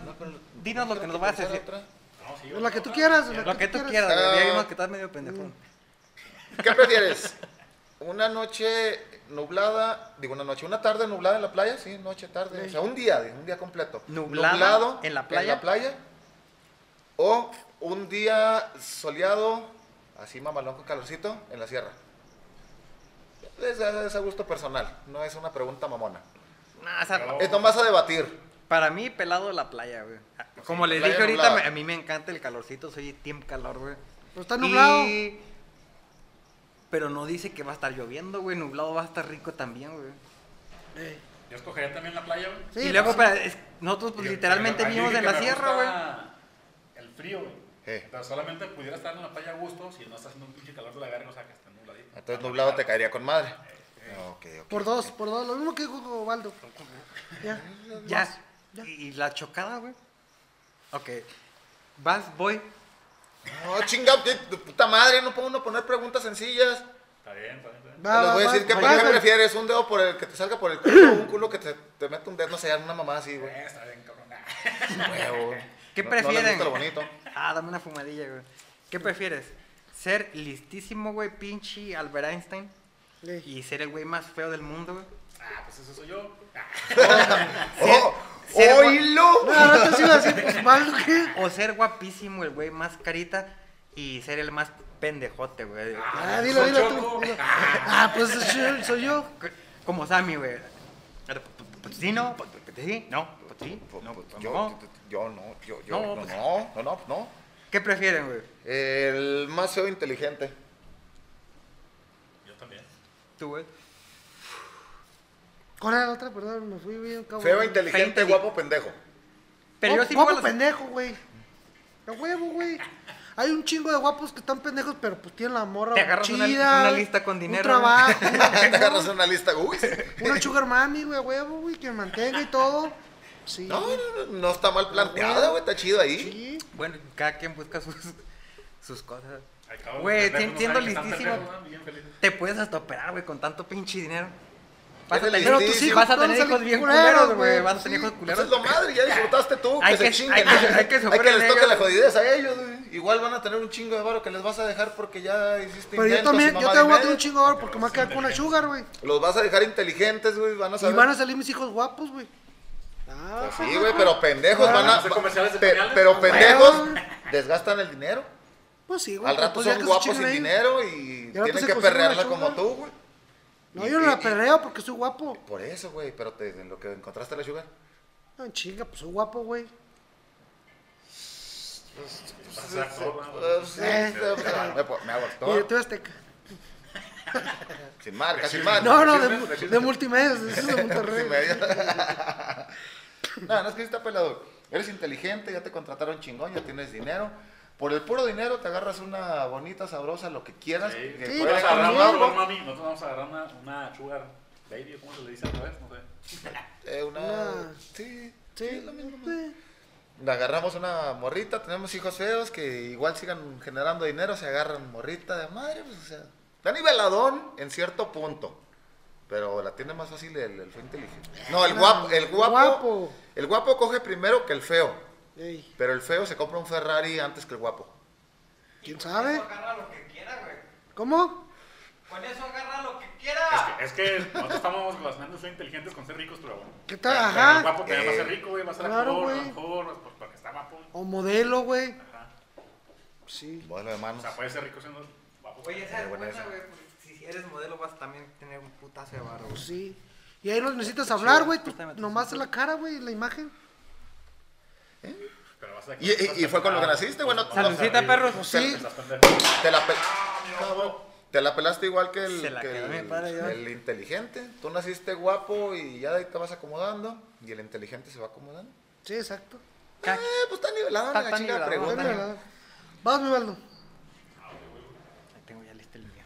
B: dinos lo que nos vas a decir.
C: No, sí,
D: La que tú quieras. La
B: Lo que tú quieras, güey.
A: Ah.
B: Ya vimos que estás medio pendejón.
A: ¿Qué prefieres? ¿Una noche nublada? Digo, una noche, una tarde nublada en la playa, sí, noche, tarde. O sea, un día, un día completo.
B: ¿Nublada en la playa?
A: playa. O un día soleado, así mamalón con calorcito, en la sierra. Es, es a gusto personal, no es una pregunta mamona.
B: Nah, o sea,
C: No.
A: Es nomás a debatir.
B: para mí, pelado la playa, güey. Como
A: sí,
B: les
A: playa
B: dije ahorita,
A: nublada.
B: me- a mí me encanta el calorcito, soy team calor, güey.
D: Pero está nublado.
B: Y- Pero no dice que va a estar lloviendo, güey. Nublado va a estar rico también, güey.
D: Ey.
C: Yo escogería también la playa, güey.
D: Sí,
B: y luego,
D: pues,
B: espera, es- nosotros pues,
C: Yo-
B: literalmente
C: a mí
B: vivimos
C: que
B: en
C: me
B: la sierra, güey.
C: gusta El frío, güey.
A: Eh.
C: Pero solamente pudiera estar en la playa a gusto si no está haciendo un pinche calor de la verga, o sea, que está nubladito.
A: Ah, Entonces nublado te caería con madre. Ok, ok.
D: Por dos, por dos. Lo mismo que dijo Waldo. Ya.
B: Ya.
D: ya.
B: Y y la chocada, güey. Ok. Vas, voy.
A: No, chingado, qué- de puta madre, no puedo uno poner preguntas sencillas.
C: Está bien, está bien, está bien.
A: Te les voy a decir que
D: va,
A: ¿qué
D: va.
A: prefieres un dedo por el que te salga por el culo o un culo que te, te mete un dedo, no sé, una mamá así, güey.
C: Eh, Está bien, cabrón. Ah.
A: Huevo.
B: ¿Qué
A: No- no les
B: prefieren?
A: gusta lo bonito.
B: Ah, dame una fumadilla, güey. ¿Qué prefieres? ¿Ser listísimo, güey, pinche Albert Einstein?
D: Ey.
B: ¿Y ser el güey más feo del mundo, güey?
C: Ah, pues eso soy yo. Ah,
A: ¡Oh!
B: ser-
A: ¡Oílo!
D: No, no te sigo así, pues Waldo, ¿qué?
B: ¿O ser guapísimo, el güey más carita? ¿Y ser el más pendejote, güey?
D: Ah, dilo,
C: soy
D: dilo
C: Choco.
D: tú. dilo. Ah, pues soy- soy yo.
B: Como Sammy, güey. Pues sí, no. Pues sí, no. Pues sí, no.
A: Yo,
B: pues
A: yo,
B: no.
A: yo no, yo, yo,
B: No,
A: no,
B: pues-
A: no, no, no, no.
B: ¿Qué prefieren, güey?
A: El más feo inteligente.
C: Yo también.
B: Tú, güey.
D: ¿Cuál era la otra? Perdón, me fui bien. cabrón.
A: Feo, inteligente,
B: Feo,
A: guapo, pendejo.
B: Pero
D: Guapo-
B: yo sí
D: guapo
B: puedo las-
D: pendejo, güey. A huevo, güey. Hay un chingo de guapos que están pendejos, pero pues tienen la morra
B: Te agarras
D: chida.
B: una- una
D: güey,
B: lista con dinero,
D: Un trabajo.
A: Te
D: güey,
A: agarras una lista, uy. sí.
D: Una sugar mami, güey, a huevo, güey, que me mantenga y todo. Sí.
A: No, no, no, no está mal planteada, güey, está chido ahí.
D: Sí.
B: Bueno, cada quien busca sus, sus cosas.
C: Al cabo,
B: Güey,
C: los pendejos
B: si- siendo
C: no saben que están
B: listísimo.
C: pendejos, ¿no? Bien felices.
B: Te puedes hasta operar, güey, con tanto pinche dinero.
A: Vas a tener-
D: Pero tus
A: Sí,
D: hijos
B: vas a
D: van
B: tener
D: salir
B: hijos bien
D: culeros,
B: culeros, güey. Vas a
D: pues,
B: tener
D: sí.
B: hijos
A: Pues es
B: culeros.
A: lo madre, ya disfrutaste tú, que
B: Hay
A: se
B: que-
A: chinguen.
B: hay que- hay que
A: Hay que les toque
B: sufrirle,
A: la jodidez a ellos, güey. Igual van a tener un chingo de varo que les vas a dejar porque ya hiciste
D: Pero yo
A: inventos y
D: también, yo
A: mamada
D: tengo
A: y
D: voy a tener
A: media.
D: un chingo ahora porque me voy a quedar con una sugar, güey.
A: Los vas a dejar inteligentes, güey, van a
D: Y
A: saber.
D: van a salir mis hijos guapos, güey. Ah,
A: Sí, güey, pero pendejos
D: Ah,
A: van a.
C: ¿hacer comerciales de
A: pe-
C: pañales?
A: pero
C: Ah,
A: pendejos
D: bueno.
A: desgastan el dinero.
D: Pues sí, güey.
A: Al
D: pero
A: rato
D: pues ya
A: son
D: que se
A: guapos
D: chinguen
A: sin
D: ellos.
A: dinero y
D: Y al
A: tienen
D: rato se
A: que
D: consiguen una
A: perrearla
D: chunga.
A: como tú, güey.
D: No,
A: Y-
D: yo no
A: y-
D: la
A: y-
D: perreo porque soy guapo.
A: Por eso, güey, pero te, en lo que encontraste la sugar.
D: No, chinga, pues soy guapo, güey.
C: Vas a ser actor, ¿no?
A: Eh, sí,
D: Eh.
A: eh, Me, po- me hago
D: Y yo
A: actor.
D: te azteca.
A: Sin marca, sin marca.
D: No, no, de,
C: ¿Refieres?
D: mu-
C: ¿Refieres?
D: de multimedia, eso es de
A: Sí,
D: Monterrey.
A: medio. no, no es que está pelado. Eres inteligente, ya te contrataron chingón, ya tienes dinero. Por el puro dinero te agarras una bonita, sabrosa, lo que quieras.
C: Sí,
A: que
D: Sí,
A: puedas
C: Vamos
D: pero
C: a
A: agarrar
C: agarrar
D: también,
A: algo.
C: una mami. Nosotros vamos a agarrar una, una sugar baby, ¿cómo se le dice otra vez? No sé.
A: Eh, una...
D: Una-
A: Sí, sí,
D: Sí,
A: es lo mismo.
D: sí.
A: Agarramos una morrita, tenemos hijos feos que igual sigan generando dinero, se agarran morrita de madre, pues, o sea, está niveladón en cierto punto, pero la tiene más fácil el, el feo inteligente. No, el guapo, el guapo,
D: Guapo.
A: el guapo coge primero que el feo,
D: Ey,
A: pero el feo se compra un Ferrari antes que el guapo.
D: ¿Quién sabe?
B: agarra lo que quiera, güey.
D: ¿Cómo?
B: Con eso agarra lo que quiera.
C: Es que, es que nosotros estamos relacionando ser inteligentes con ser ricos, pero bueno.
D: ¿Qué tal?
C: Pero
D: Ajá.
C: el guapo te va a
A: Eh,
C: ser rico, güey. Va a ser
D: Ah, claro,
C: actor, a lo
D: güey.
C: mejor, pues, porque está guapo.
D: O modelo, güey. Pues
C: Ajá.
D: Sí.
A: Bueno,
C: O
A: hermanos.
C: sea, puede ser rico siendo guapo.
B: Oye, esa
A: Eh,
B: es
A: buena
B: buena,
A: esa.
B: güey. porque Si eres modelo vas a también tener un putazo de barro. güey.
D: pues Sí. Y ahí nos necesitas hablar, güey. Pues
B: Préstame atención.
D: Nomás la cara, güey, la imagen.
C: Pero vas a Ah,
A: Y, y- y fue con lo que naciste, güey. no- no-
B: Saludcita, perros.
D: Pues sí.
C: Estás pendejo.
A: Te la, pe- te la pelaste igual que el,
B: Se la
A: que
B: quedó mi
A: el-
B: padre, yo.
A: el inteligente. Tú naciste guapo y ya de ahí te vas acomodando. Y el inteligente se va acomodando.
D: Sí, exacto.
A: Eh, pues está nivelado
B: Está-
A: la
B: está
A: chinga
B: nivelado,
A: pregunta.
B: está
D: Bueno, la- Vas, mi Valdo.
B: Ahí tengo ya listo el mío.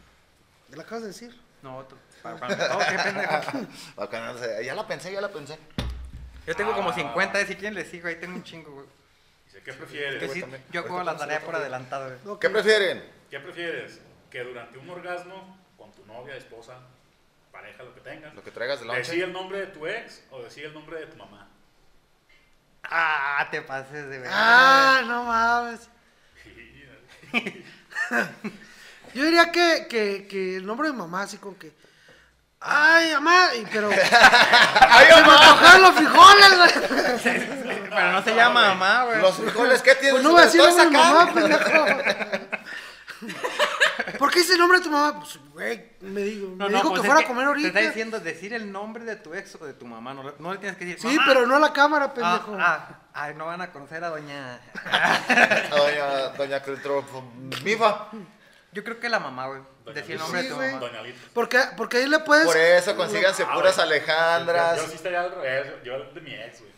D: ¿Me la acabas de decir?
B: No, otro. Para, para, no, qué pendejo.
A: Acá no sé, Ya la pensé, ya la pensé.
B: Yo tengo como
C: Ah.
B: 50, si quieren les sigo, ahí tengo un chingo, güey.
C: Dice, ¿qué prefieres?
B: Que
A: güey,
B: sí,
A: también.
B: yo
A: Ahorita
B: como la
A: vamos a
B: tarea
A: ver
B: por
A: también.
B: adelantado, güey.
D: Ok.
A: ¿Qué prefieren?
C: ¿Qué prefieres? ¿Que durante un orgasmo con tu novia, esposa, pareja, lo que tengas,
A: Lo que traigas de
C: decir
A: lonche.
C: el nombre de tu ex o decir el nombre de tu mamá?
B: Ah, te pases de verdad.
D: Ah, no mames. Yo diría que, que, que el nombre de mamá, así con que. Ay, mamá, y- pero. ¡Se
A: ¡Ay,
D: me
A: mamá!
D: antojaron los frijoles, güey!
B: Pero no se llama
C: Ah,
B: mamá, güey.
A: Los frijoles, ¿qué tienes?
D: Pues no voy a
A: sobre
D: decir
A: toda
D: el nombre de
A: esa
D: mamá,
A: carne?
D: pendejo. ¿Por qué dice el nombre de tu mamá? Pues, güey, me, digo, me dijo
B: pues
D: que
B: es
D: fuera a comer
B: Te
D: ahorita.
B: está diciendo decir el nombre de tu ex o de tu mamá. No, le- no le tienes que decir.
D: sí,
B: "Mamá".
D: pero no a la cámara,
B: Ah,
D: pendejo.
B: ah, ay, no van a conocer a doña.
A: Doña, doña Critro, Mifa.
B: Yo creo que la mamá, güey.
C: Doña
B: Decir el
C: Luz.
B: nombre de
D: Sí,
B: tu
D: güey.
B: mamá.
C: Doña Lita.
D: Porque, porque ahí le puedes.
A: Por eso consíganse
C: Ah,
A: puras
C: güey. Yo, yo sí
A: Alejandras.
C: estaría al revés. Yo el de mi ex, güey.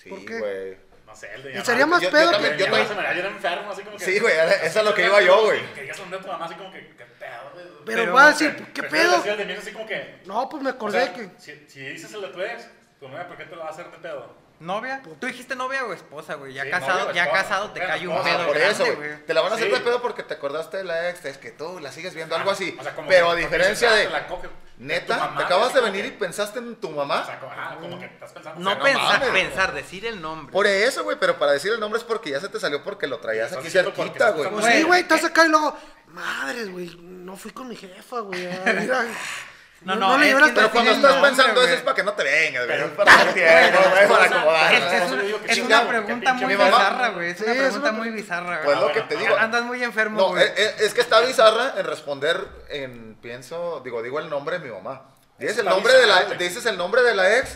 A: Sí,
D: ¿Por qué?
A: güey.
C: No sé, el de mi
D: Y
C: mamá.
D: sería más
A: Yo- yo
D: pedo
A: también-
D: que.
A: yo
C: Yo
A: también-
C: era enfermo, así como que.
A: Sí, güey, era- eso es lo que iba yo, güey.
C: Que digas el nombre de tu mamá, así como que. ¿Qué pedo, güey?
D: Pero,
B: Pero-
D: voy a decir, ¿qué
C: Prefiero
D: pedo?
C: decir el de mi ex, así como que.
D: No, pues me
C: o
D: acordé
C: sea,
D: que.
C: Si, si dices el de tu ex, tu novia, ¿por qué te lo va a hacer de pedo?
B: ¿Novia? ¿Tú dijiste novia o esposa, güey? Ya
C: Sí,
B: casado,
C: novia o
B: ya
C: esposa.
B: casado te
C: Bueno,
B: cae un
C: esposa,
B: pedo
A: Ah, Por
B: grande,
A: eso, güey. Te la van a hacer
C: Sí.
A: de pedo porque te acordaste de la ex. Es que tú la sigues viendo, algo así.
C: O sea, como
A: Pero
C: que-
A: a
C: porque
A: diferencia
C: dices, ah,
A: de.
C: te la coges. Tu
A: Neta,
C: mamá,
A: te acabas de
C: así como
A: venir y
C: que-
A: pensaste en tu
C: O sea,
A: mamá.
C: como, ah, como que estás pensando.
B: No,
C: o sea,
B: pensar,
A: mames.
B: pensar, decir el nombre.
A: Por eso, güey, pero para decir el nombre es porque ya se te salió porque lo traías
C: Estás
A: aquí
C: diciendo porque
A: cerquita,
C: estás
A: güey.
C: usando-
D: Pues sí,
B: Bueno,
D: güey, estás acá y luego, madres, güey, no fui con mi jefa, güey. a ver, a-
B: No, no,
D: le
B: es
D: llevé
B: que
A: Pero
D: las
B: no
A: cuando
B: tiene
A: estás
B: nombre,
A: pensando eso
B: güey. Este
A: es para que no te vengas, güey.
C: Pero-
A: Es para dar tiempo,
C: Pero-
A: güey, para
C: Pero-
A: acomodar.
B: Es, que es
C: Por
B: un-
C: eso digo
B: es
C: que
B: una
A: chingado,
B: pregunta
C: que- que
B: muy
A: mi mamá-
B: bizarra, güey. Es
D: Sí,
B: una
D: es
B: pregunta
D: una-
B: muy
C: Ah,
B: bizarra,
A: Pues
B: güey.
A: lo que te digo.
B: Andas muy enfermo,
A: No, eh,
B: güey.
A: es, es- es que está bizarra en responder en pienso, digo, digo el nombre de mi mamá. Dices el
C: Está
A: nombre de la
C: bizarra, güey.
A: dices el nombre de la ex.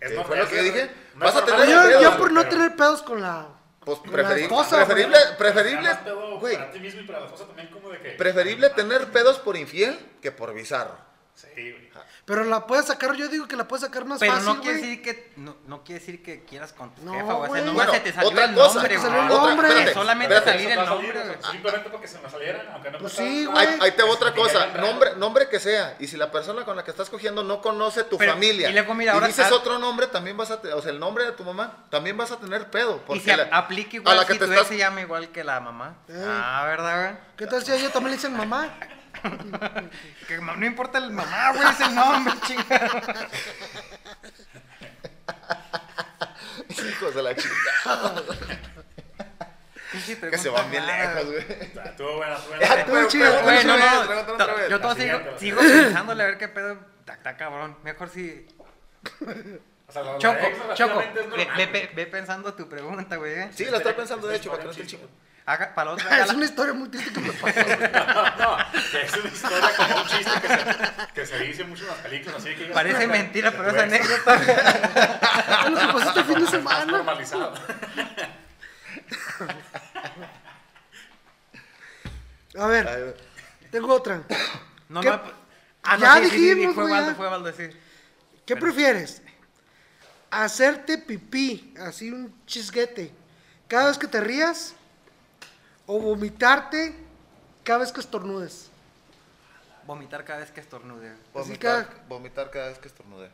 C: Es
A: eh,
C: no
A: fue lo que
C: ofrecer,
A: dije.
C: güey. No
A: Vas a
C: es
A: tener
C: normal.
D: Yo,
A: pedos,
D: yo
A: güey.
D: por no
C: pero-
D: tener pedos con la.
A: pues
D: con la
A: preferible,
D: esposa, güey.
A: preferible, preferible,
C: Además, pedo
A: güey,
C: Para ti mismo y para la esposa también, como de que.
A: preferible tener pedos por infiel que por bizarro.
C: Sí, güey.
D: Pero la puedes sacar, yo digo que la puedes sacar más
B: Pero
D: fácil,
B: no quiere
D: güey.
B: decir que no, no quiere decir que quieras con tu
D: No,
B: jefa, güey. O
D: güey.
B: sea, nomás
A: Bueno,
B: se te salió
A: otra
B: el
A: cosa,
B: nombre,
D: se te
B: güey.
D: salió el
B: Ah, otra-
D: nombre.
B: espérate, solamente
A: espérate.
B: salir el
C: Eso va a
B: nombre,
C: salir,
B: güey.
C: o sea, Simplemente porque se me salieran, aunque no
D: Pues
C: pensaba,
D: sí, güey.
A: Ahí, ahí te va
C: Pues,
A: otra
C: que
A: cosa,
C: llegan raro.
A: nombre, nombre que sea, y si la persona con la que estás cogiendo no conoce tu
B: Pero-
A: familia
B: y luego, mira, ahora-
A: dices
B: ah-
A: otro nombre, también vas a, te- o sea, el nombre de tu mamá, también vas a tener
B: Y
A: pedo, Ah, porque
B: se
A: la-
B: aplica
A: a
B: igual
A: la que
B: si
A: te
B: tu
A: estás
B: ex se llama igual que la mamá.
D: Eh.
B: Ah, ¿verdad,
D: ¿Qué tal si a ella también le dicen mamá?
B: güey? Que ma- no importa el mamá, güey, es el nombre, chingada.
A: hijos de la chingada, que se van bien lejos, güey.
C: O sea, Estuvo buena, estuvo
A: Ya,
C: buena.
A: tú,
D: Estuvo chido,
A: pregúntale
B: Bueno,
A: otra
B: no,
A: vez, pregúntale otra
B: to-
A: vez.
B: yo todo
C: La
B: sigo,
C: siguiente, la
B: sigo pensándole a ver qué pedo. Está, está cabrón. Mejor si.
C: O sea, la-
B: Choco,
C: la ex
B: Choco,
C: relativamente es
B: ve,
C: normal,
B: ve-
C: güey.
B: ve- ve pensando tu pregunta, güey. eh.
A: Sí, la estoy pensando, de hecho, para que no esté
C: Chico.
A: chico.
B: Haga, para la otra.
D: es
B: haga la-
D: una historia muy triste que me pasó.
C: No, que es una historia como un chiste que se, que se dice mucho en las películas. Así que
B: Parece mentira, pero es
C: esa
B: anécdota.
D: Es lo que pasó este fin de
C: Más
D: semana.
C: normalizado.
D: A
A: Ay,
D: ver,
A: güey.
D: tengo otra.
B: No,
D: ¿Qué?
B: no. Ah, no,
D: Ya
B: sí, sí, sí, sí,
D: dijimos,
B: fue
D: güey,
B: Valdo,
D: ya.
B: fue Valdo, sí.
D: ¿Qué prefieres? ¿Hacerte pipí, así un chisguete, cada vez que te rías? ¿O vomitarte cada vez que estornudes?
B: Vomitar cada vez que estornude. güey.
A: Vomitar,
D: que-
A: vomitar cada vez que estornude.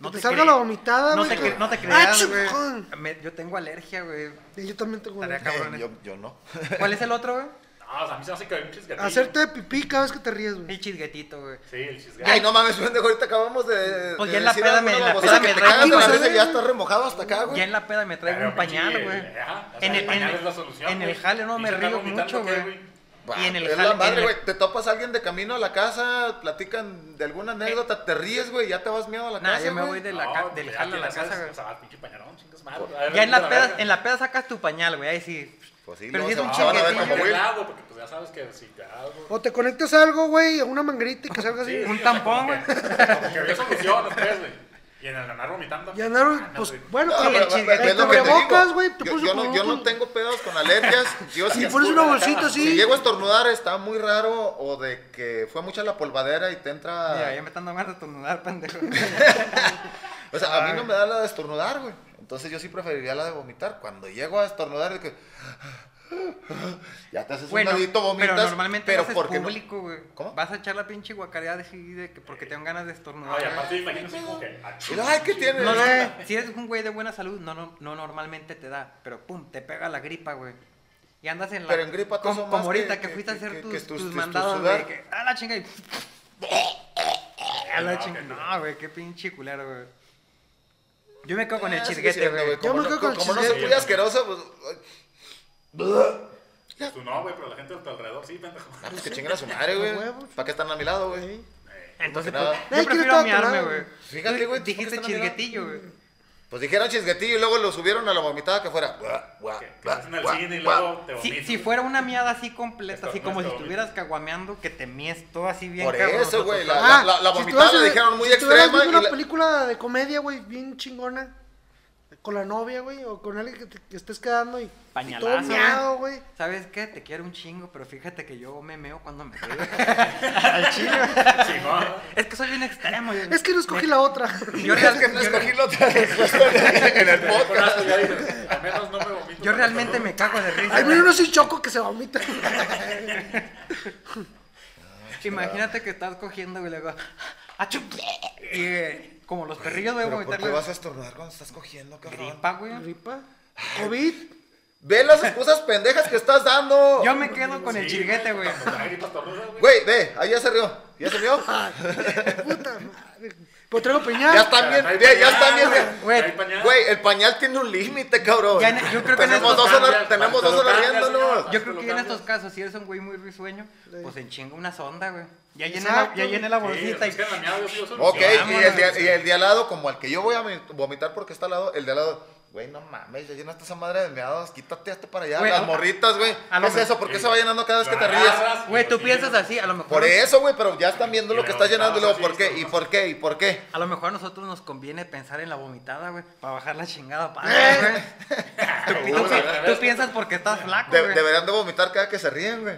D: Que te salga la vomitada,
B: no
D: güey,
B: te,
D: que-
B: cre- no te
D: ¡Ah,
B: creas, güey.
D: chingón!
B: Me- Yo tengo alergia, güey.
D: Y Yo también tengo
B: Tarea
D: una.
B: Cabrones.
A: Yo, yo no.
B: ¿Cuál es el otro, güey?
C: No, o sea, a mí se me hace que hay un chisgatillo.
D: Hacerte pipí cada vez que te ríes, güey.
B: El chisguetito, güey.
C: Sí, el chisgatillo.
A: Ay, no mames, pendejo, ahorita acabamos de.
B: Pues
A: de
B: ya en la
A: decir
B: peda
A: alguna
B: me- en la peda
A: babosada que
B: me
A: te
B: traigo
A: cagas de
D: una
A: la risa y
D: vez,
A: ya
D: güey.
A: estás remojado hasta acá,
B: Ya
A: güey.
B: en la peda me traigo
C: Pero,
B: un pañal,
C: pinche,
B: güey.
C: eh, ajá, o sea,
B: En el,
C: el
B: en
C: pañal
B: el-
C: es la solución,
B: en
C: güey.
B: el jale no me
C: Pinche
B: río
C: andar vomitando,
B: mucho,
C: ¿qué,
B: güey. Y en el
A: es
B: jale-
A: la
B: en
A: madre,
B: el-
A: güey. Te topas a alguien de camino a la casa, platican de alguna anécdota, te ríes, güey, ya te vas miedo a la
B: Nah,
A: casa.
B: yo me
A: güey.
B: voy de la ca-
C: pues
B: del jale a la casa, güey.
C: O sea, pinche pañalón, chingas madre.
B: Ya en la, peda, en la peda sacas tu pañal, güey, ahí sí.
A: Pues sí,
B: Pero
A: luego
B: si es
A: se
B: un
A: van
C: Ah,
A: a ver como
B: chinguetillo,
A: Will.
C: agua, porque pues ya sabes que si te hago.
D: O te conectas a algo, güey, a una manguerita y que salga así.
C: Sí, sí,
B: Un
C: o sea,
B: tampón,
C: como que- Como que había soluciones, pues, güey. Y en el andar vomitando.
D: Y andaron,
C: ah, no,
D: pues,
C: güey.
D: bueno,
A: No,
D: con
A: pero-
D: el
A: pero-
D: chingue-
A: pero es
D: el
A: lo que te
D: cubrebocas,
A: digo.
D: güey, te
A: Yo-
D: pones
A: yo
D: un
A: no- yo no
D: cubrebocas.
A: tengo pedos con alergias. Yo sí
D: Y pones una bolsita así.
A: Si llego a estornudar está muy raro o de que fue mucha la polvadera y te
B: Mira,
A: entra...
B: ya me están dando ganas de estornudar, pendejo.
A: O sea, a mí no me da la de estornudar, güey. Entonces yo sí preferiría la de vomitar. Cuando llego a estornudar de que... Ya te haces
B: Bueno,
A: un ladito, vomitas.
B: pero normalmente lo haces
A: porque no-
B: público, güey.
A: ¿Cómo?
B: Vas a echar la pinche guacareada de, de que porque tengo ganas de estornudar.
C: No, y aparte, imagínate como que. ah,
A: Y luego, Ay, ¿qué tiene?
B: No, no, si eres un güey de buena salud, no, no, no normalmente te da, pero pum, te pega la gripa, güey. Y andas en la.
A: Pero en gripa tú
B: como,
A: son
B: como
A: más
B: ahorita
A: que-
B: que,
A: que-
B: fuiste a
A: que-
B: hacer
A: que-
B: tus,
A: que
B: tus
A: tus- tus
B: mandados,
A: sudar.
B: güey. que, A la chinga y. A la
C: No,
B: chinga.
C: que no.
B: No, güey, qué pinche culero, güey. Yo me quedo con
A: Ah,
B: el
A: sí que es
B: chirguete,
A: cierto,
B: güey.
A: Como
D: me
A: no,
D: quedo con el
A: como no soy
D: chisguete.
A: muy asqueroso, pues...
C: Pues Tú no, güey, pero la gente de tu alrededor sí, pendejo.
A: Ah, pues que chinguen a su madre, güey.
D: huevos.
A: ¿Para qué están a mi lado, güey?
B: Entonces,
A: Como que
B: pues,
A: nada.
D: Nadie
B: yo prefiero
D: quiere estar a tu
B: miarme,
D: lado.
B: güey.
A: Fíjate, güey,
B: Dijiste
A: ¿por qué están a mi
B: chirguetillo, güey.
A: Pues dijeron chisguetillo y luego lo subieron a la vomitada que fuera. "Buah, buah,
C: Que que
A: buah,
C: estás en el
A: buah,
C: cine y
A: buah".
C: luego te
B: Si,
C: vomitas.
B: si fuera una miada así completa, así
C: Esto-
B: como si
C: esto-
B: estuvieras caguameando, que te mies todo así bien
A: Por
B: cabrón,
A: eso, güey,
B: nosotros-
A: La- la- la
D: Ah, si
A: vomitada
D: estuvieras-
A: le dijeron muy
D: si estuvieras
A: extrema y
D: viendo una
A: la-
D: película de comedia, güey, bien chingona. Con la novia, güey, o con alguien que, te, que estés quedando y, y
B: Pañalazo,
D: todo
B: güey.
D: meado, güey.
B: ¿Sabes qué? Te quiero un chingo, pero fíjate que yo me meo cuando me río.
C: Sí, no.
B: es que soy bien extremo. yo-
D: Es que no escogí la otra.
B: Yo,
A: Es
B: real-
A: que no
B: yo-
A: escogí la otra vez justo en el
C: Con
A: podcast.
C: asco ya dices, Al menos no me vomito.
B: yo realmente me cago de risa.
D: Ay, mira, uno sí choco que se vomita.
B: Imagínate que estás cogiendo güey, y luego... ¡Achú! Y eh, como los perrillos, güey,
A: Pero ¿por qué
B: vomitarle
A: vas a estornudar cuando estás cogiendo, cabrón?
B: gripa, güey.
D: Ripa. COVID.
A: Ve las excusas pendejas que estás dando.
B: Yo me quedo con el chirguete, güey.
C: Güey,
A: Güey, ve, ahí ya se rió. ¿Ya se rió?
C: Ah,
D: Puta madre. Pues traigo peñal.
A: Ya están bien, ya, ya están bien.
B: Güey,
A: Güey, el pañal tiene un límite, cabrón.
B: Ya en- yo creo que en
A: tenemos
B: estos
A: dos horas,
C: cambias,
A: tenemos
C: te lo
A: dos horas
C: cambias,
A: riéndonos.
C: señor.
B: Yo creo que ya
C: Lo
B: en
C: cambias.
B: estos casos, si eres un güey muy risueño, pues en chinga una sonda, güey. Ya llené la,
D: Exacto,
B: ya llené la bolsita y...
C: Es que en la mía yo sigo
A: Ok,
C: solucionando,
A: y
B: Vámonos.
A: el, de, y el de al lado, como al que yo voy a mi- vomitar porque está al lado, el de al lado, güey, no mames, ya llenaste esa madre de meados, quítate hasta para allá,
B: Güey,
A: las
B: a-
A: morritas, güey.
B: a
A: ¿Qué
B: lo
A: es
B: me-
A: eso? ¿Por qué se va llenando cada vez que te
C: Lo
A: ríes?
C: agarras.
B: Güey, tú piensas así, a lo mejor...
A: Por eso, güey, pero ya están viendo lo
C: Y
A: que
C: luego
A: estás llenando y luego, ¿por
C: estabas
A: qué?
C: así,
A: ¿Y por qué? ¿Y por qué?
B: A lo mejor a nosotros nos conviene pensar en la vomitada, güey, para bajar la chingada panza, güey. Tú,
A: Uy,
B: tú- tú piensas porque estás flaco,
A: de-
B: güey.
A: deberían de vomitar cada que se ríen, güey.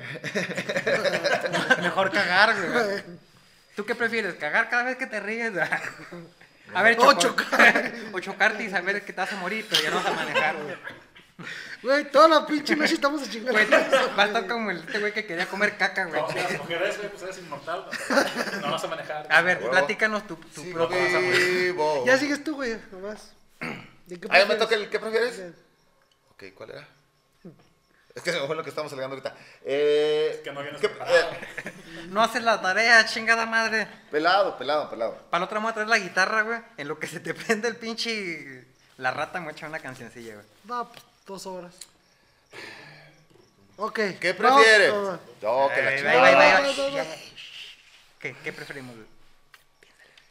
B: Mejor cagar, güey. ¿Tú qué prefieres? ¿Cagar cada vez que te ríes? A ver,
D: O
B: choco-
D: chocar.
B: o chocarte y saber que te vas a morir, pero ya no vas a manejar, güey.
D: Güey, toda la pinche noche estamos a chingar.
B: Güey, Va a estar como el- este güey que quería comer caca, güey.
C: No, si las mujeres, güey, pues eres inmortal. No, no vas a manejar.
B: A ver,
A: Huevo.
B: platícanos tu, tu
A: Sí,
B: propia cosa, güey.
A: vivo.
D: Ya sigues tú, güey, nomás. ¿De qué
A: Ah, ya me
D: prefieres?
A: toca el, ¿qué prefieres? Ok, ¿cuál era? Es que se me fue lo que estamos hablando ahorita. Eh,
C: Es que no vienes
A: ¿qué-
C: preparado.
A: eh,
B: No haces la tarea, chingada madre.
A: pelado, pelado, pelado.
B: Para la otra vamos a traer la guitarra, güey. En lo que se te prende el pinche... La rata me echa una cancioncilla, güey.
D: Va, pues, dos horas. Ok.
A: ¿Qué
D: vamos,
A: prefieres?
D: toma.
A: No, que la
B: Ahí va,
A: chingada.
B: ahí va, ahí va.
D: No, no, no.
B: Shh. ¿Qué, qué preferimos? güey?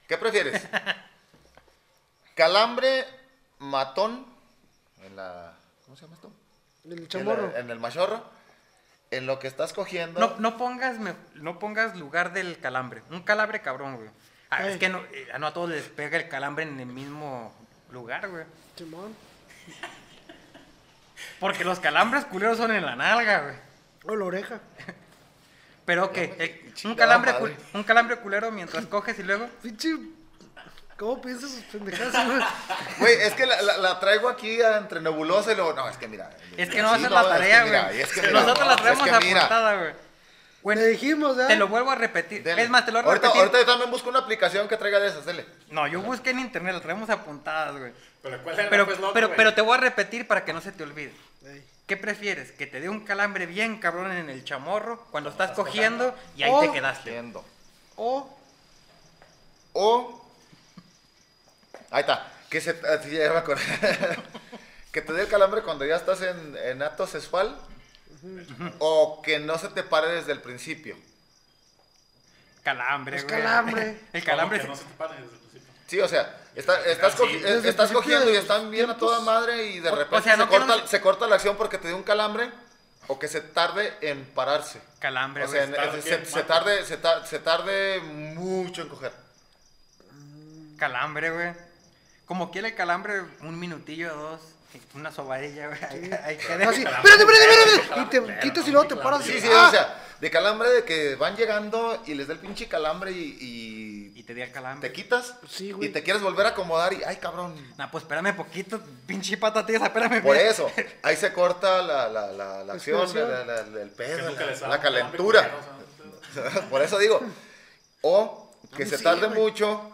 A: ¿Qué prefieres? ¿Calambre matón en la. ¿Cómo se llama esto?
D: El
A: En,
D: chamorro.
A: la- en el machorro. En lo que estás cogiendo.
B: No, no, pongas, me- no pongas lugar del calambre. Un calambre cabrón, güey. Ah,
D: Ey.
B: es que no, eh, no a todos les pega el calambre en el mismo lugar, güey.
D: Simón.
B: Porque los calambres culeros son en la nalga, güey.
D: O la oreja.
B: Pero que eh, un,
A: chingada
B: calambre
A: madre.
B: cul- un calambre culero mientras coges y luego...
D: Pinche. ¿Cómo piensas sus pendejadas, güey?
A: Güey, es que la, la- la traigo aquí a- entre nebulosa y luego. No, es que mira.
B: Es que no
A: así
B: haces la tarea,
A: es que mira,
B: güey.
A: y es que mira,
B: Nosotros
A: no,
B: la
A: es
B: traemos
A: que mira.
B: apuntada, güey. Bueno,
D: Le dijimos, ¿eh?
B: te lo vuelvo a repetir.
A: Dele.
B: Es más, te lo voy a
A: ahorita,
B: repetir.
A: ahorita yo también busco una aplicación que traiga de esas, dele.
B: No, yo busqué en internet, la traemos apuntadas, güey.
C: Pero ¿cuál era?
B: Pero,
C: pues, la otra,
B: pero,
C: güey?
B: pero te voy a repetir para que no se te olvide.
D: Ey.
B: ¿Qué prefieres? ¿Que te dé un calambre bien cabrón en el chamorro cuando estás cogiendo y ahí
D: Oh.
B: te quedaste?
A: Entiendo.
D: O.
A: O. Ahí está. Que se. ah, sí, ya me acordé. que te dé el calambre cuando ya estás en, en acto sexual. o que no se te pare desde el principio.
B: Calambre,
D: Es
B: güey.
D: calambre.
B: El calambre.
C: Que no
B: sí.
C: se te pare desde el principio.
A: Sí, o sea, está- estás, cogi-
C: Desde
A: eh,
D: el
A: estás
D: principio
A: cogiendo
D: de
A: y
D: los
A: están bien a toda
D: tiempos.
A: madre y de
B: O- o
A: repente
B: sea, no
A: se, corta,
B: quiero-
A: se corta la acción porque te dio un calambre o que se tarde en pararse.
B: Calambre,
A: O sea,
B: güey.
A: en-
C: tarde
A: en- se,
C: qué,
A: se
C: Marco?
A: tarde, se, ta- se tarde mucho en coger.
B: Calambre, güey. Como quiere el calambre, un minutillo o dos. Una sobadilla, güey. Hay, hay que
D: Así,
B: dejar-
D: espérate, espérate, espérate. Y te quitas y luego te paras.
A: Sí, sí,
D: Ah,
A: o sea, de calambre de que van llegando y les da el pinche calambre y, y
B: Y te di el calambre.
A: te quitas
D: Sí, güey.
A: y te quieres volver a acomodar y, ay, cabrón.
B: Nah, pues espérame poquito, pinche patatiza, espérame.
A: Por
B: mira.
A: eso, ahí se corta la, la, la, la acción,
D: Respiración.
A: la- la- la- el
C: Que
A: pedo,
C: nunca
A: la,
C: les da
A: la
C: un hambre
A: calentura.
C: culero, o sea,
A: Por eso digo, o que
D: Ah,
A: se
D: sí,
A: tarde
D: güey.
A: mucho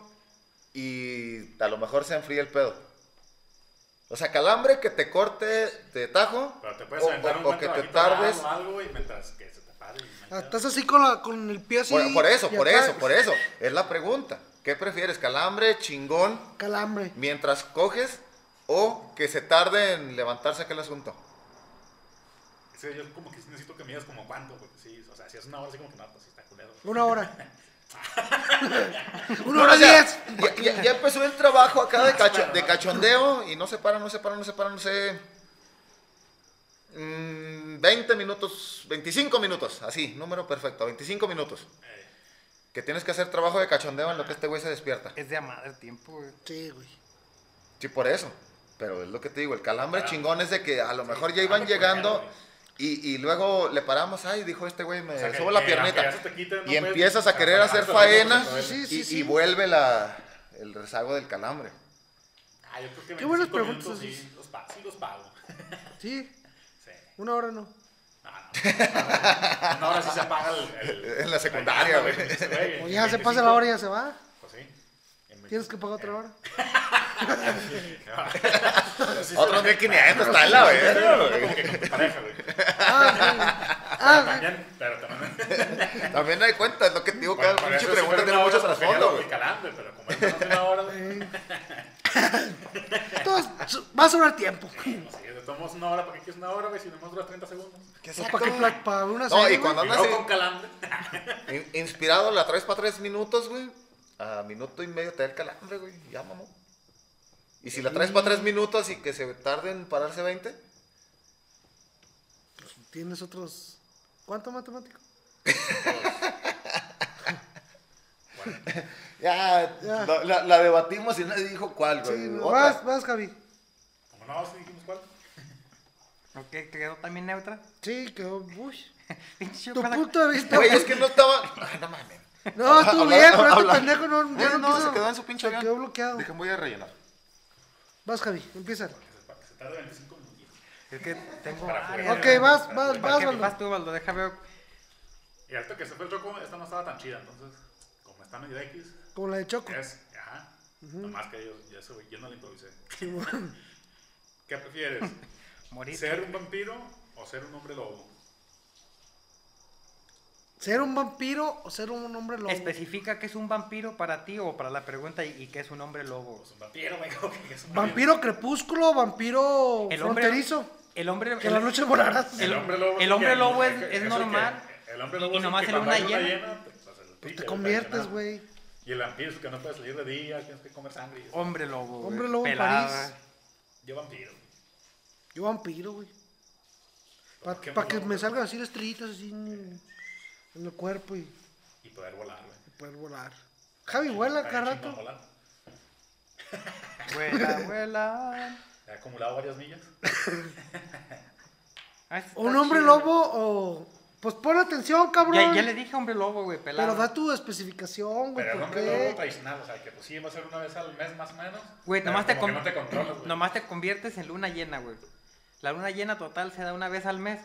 A: y a lo mejor se enfría el pedo. O sea, calambre que te corte de tajo
C: Pero te puedes
A: o,
C: aventar un
A: o- o
C: buen
A: que te
C: trabajito
A: tardes.
C: bravo o algo y mientras que se te pare. y no hay pedo.
D: Ah, Estás así con, la, con el pie así.
A: Por, por eso,
D: y
A: por
D: acá,
A: eso, por eso. Es la pregunta. ¿Qué prefieres, calambre, chingón,
D: Calambre.
A: mientras coges o que se tarde en levantarse aquel asunto?
C: Sí, yo como que sí necesito que midas como cuánto, porque sí, o sea, si es una hora así como que no, pues sí está culero.
D: Una hora. Una
A: No,
D: hora
A: o sea,
D: diez.
A: Ya, ya- ya empezó el trabajo acá de, cacho- de cachondeo y no se para, no se para, no se para, no sé. mm, 20 minutos, 25 minutos, así, número perfecto, 25 minutos.
C: Eh,
A: Que tienes que hacer trabajo de cachondeo en lo que este güey se despierta.
B: Es de amar el tiempo, güey.
D: Sí, güey.
A: Sí, por eso. Pero es lo que te digo, el calambre
C: Ah.
A: chingón es de que a lo mejor ya
C: ah,
A: iban
C: me colgaron,
A: llegando
C: güey.
A: y, y luego le paramos, ay, dijo este güey, me
C: O sea, que-
A: subo la
C: que
A: piernita.
C: aunque ya se te quite, no
A: y
C: puedes-
A: empiezas a
C: ah,
A: querer
C: ah,
A: hacer
C: ah,
A: faena
C: ah,
D: Sí,
A: y,
D: sí, sí.
A: y vuelve la, el rezago del calambre.
C: Ah, yo creo que
D: Qué buenas
C: 25 minutos
D: preguntas
C: Sí, los pago, sí los pago.
D: Sí,
C: Sí.
D: una hora no.
C: No, no, no, ahora sí se apaga el... el-
A: En la secundaria, güey.
C: ese
B: Eh,
D: O Pues ya se pasa la hora y ya se va.
C: Pues sí. En
D: Tienes que pagar otra hora.
C: Sí,
A: Otros
C: sí.
A: 1500, está en la verga,
C: Como que con tu pareja, güey.
D: Ah, sí, güey.
C: Pero
D: Ah,
C: también, pero también.
A: güey. También hay cuenta, es lo que te digo, cada
C: Bueno, para
A: pinche
C: eso sí
A: pregunta
C: fueron
A: tiene
C: una
A: mucho
C: hora, porque
A: trasfondo,
C: ya
A: güey.
C: lo calambre, pero como esto no es una hora, güey,
D: güey. Todo va a sobrar tiempo.
C: no sé, le tomamos una hora, ¿para qué quieres una hora, güey? Si nomás dura 30 segundos.
D: Pues, ¿Para qué pla- para una
A: No,
D: serie,
A: y cuando
C: Y
A: andas
C: luego
A: in-
C: con calambre.
A: in- inspirado, la traes para tres minutos, güey. A minuto y medio te da el calambre, güey. Ya, mamón. Y si la traes para tres minutos y que se tarde en pararse 20,
D: güey? Tienes otros. ¿Cuánto matemático?
A: ya,
D: Ya.
A: La, la- la debatimos y nadie dijo cuál, güey.
D: Sí,
A: Otra.
D: vas, vas, Javi.
C: Como no, sí dijimos cuál.
B: Ok, quedó también neutra.
D: Sí, quedó. Uy.
B: Pinche
D: Tu
B: cada-
D: punto de vista.
A: Güey, es que no estaba. Ay, no mames.
D: No, estuvo
A: Habla-
D: bien, pero este
A: habla-
D: pendejo no. ya
A: No, no,
D: quiso.
A: se quedó en su pinche
D: Se
A: avión.
D: quedó bloqueado.
A: Dejen, voy a rellenar.
D: Vas, Javi, empieza.
C: Que se- que se tarde 25 minutos.
B: Es que tengo
C: Para
B: varias.
C: jugar.
D: Ok, vas, vas,
B: ¿Para
D: vas,
B: qué
D: Valdo.
B: vas tú, Valdo? Déjame ver.
C: Y ahorita que se fue el choco, esta no estaba tan chida, entonces, como está medio X,
D: Como la de Choco.
C: es, ajá, nomás que yo, yo, eso, yo no la improvisé. ¿Qué prefieres?
B: Morir.
C: ¿Ser un vampiro o ser un hombre lobo?
D: ¿Ser un vampiro o ser un hombre lobo?
B: Especifica que es un vampiro para ti o para la pregunta y, y que es un hombre lobo.
C: Pues un vampiro, güey, como que es un
D: Vampiro crepúsculo, vampiro
B: El hombre-
D: fronterizo.
B: El hombre.
D: Que en la
B: el-
D: noche volarás.
B: el-
C: hombre lobo.
B: el hombre
C: que-
B: lobo es-
C: que-
B: es
C: que-
B: normal,
C: que- el hombre lobo
B: y
C: es el
B: nomás
C: que
B: sale
C: cuando
B: una
C: hay
B: hiena.
C: te, pues, hace el
D: Pues
C: pinche,
D: te conviertes,
C: tradicional.
D: güey.
C: Y el vampiro es que no puede salir de día, tienes que comer sangre. y eso.
B: Hombre lobo. güey,
D: Hombre lobo en
B: pelada.
D: París.
C: Yo vampiro. güey.
D: Yo vampiro, güey. Para
C: ¿Por qué
D: que
C: no?
D: me salgan así las estrellitas así en, en el cuerpo y
C: Y poder volar, güey.
D: poder volar. Javi, vuela
C: Está bien
D: cada
C: chingón
D: rato.
C: volar.
B: Vuela, vuela.
C: He acumulado varias millas.
B: Ah, está
D: ¿O un hombre
B: chido.
D: lobo o...? Pues pon atención, cabrón.
B: Ya, ya le dije hombre lobo, güey, pelado.
D: Pero da tu especificación, güey.
C: Pero el
D: ¿Por
C: hombre lobo
D: qué?
C: tradicional, o sea, que pues sí va a ser una vez al mes más o menos.
B: Güey,
C: pero
B: nomás te,
C: como que
B: con-
C: no te controlas, güey.
B: nomás te conviertes en luna llena, güey. La luna llena total se da una vez al mes.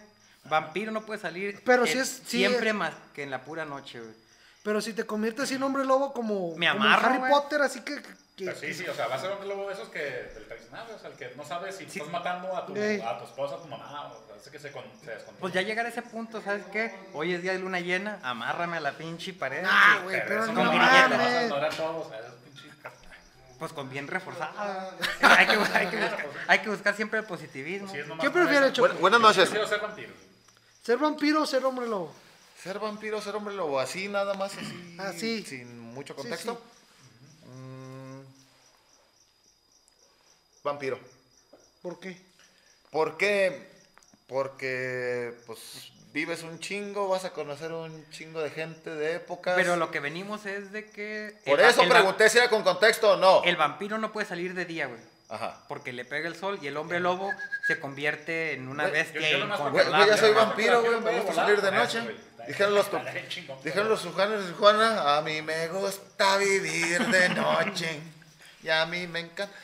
B: Vampiro no puede salir
D: Pero
B: eh,
D: si es- si
B: siempre
D: es-
B: más que en la pura noche, güey.
D: Pero si te conviertes así en hombre lobo como,
B: Me
D: como en
B: amarro,
D: Harry
B: güey.
D: Potter, así que... que-
C: Pero Pues sí, sí, o sea, va a ser hombre lobo de esos que del tradicional, güey, o sea, el que no sabes si
B: Sí.
C: estás matando a tu,
D: Ey.
C: a tu esposa, a tu mamá, o sea, es que se, con, se descontrola.
B: Pues ya llegar a ese punto, ¿sabes qué? Hoy es día de luna llena, amárrame a la pinche pared.
D: Ah,
B: y-
D: güey,
C: Pero
D: pero
C: eso
D: no
B: con
C: nomás
B: grilletes.
C: lo vas a
D: mames.
C: adorar todo, o sea, es un pinche-
B: Pues con bien
A: Ah,
B: reforzada. hay, que, hay que buscar, hay que buscar siempre el positivismo.
C: Sí, es nomás
D: ¿Qué
C: por
D: prefieres,
C: eso.
D: Choco?
A: buenas
C: Yo
A: noches.
C: Prefiero ser vampiro.
D: ¿Ser vampiro o ser hombre lobo?
A: Ser vampiro, ser hombre lobo, así nada más, así.
D: Así.
A: Sin mucho
D: Ah, Sí,
A: contexto. Mm, vampiro.
D: ¿Por qué?
A: ¿Por qué? Porque, pues, vives un chingo, vas a conocer un chingo de gente de épocas.
B: Pero lo que venimos es de que.
A: Por
B: el va-
A: eso
B: el va-
A: pregunté si era con contexto o no.
B: El vampiro no puede salir de día, güey.
A: Ajá.
B: Porque le pega el sol y el hombre lobo se convierte en una
A: Güey,
B: bestia.
C: yo- yo nomás porque-
A: Güey,
B: incontrolable.
A: güey, ya soy
C: Ah,
A: vampiro,
C: pero
A: güey, me
C: quiero
A: gusta
C: volar.
A: salir de
C: Ah,
A: noche.
C: güey, está bien.
A: Dijeron los, tu-
C: Está bien chingón,
A: dijeron
C: pero-
A: los sujanes y Juana, a mí me gusta vivir de noche. Y a mí me encanta.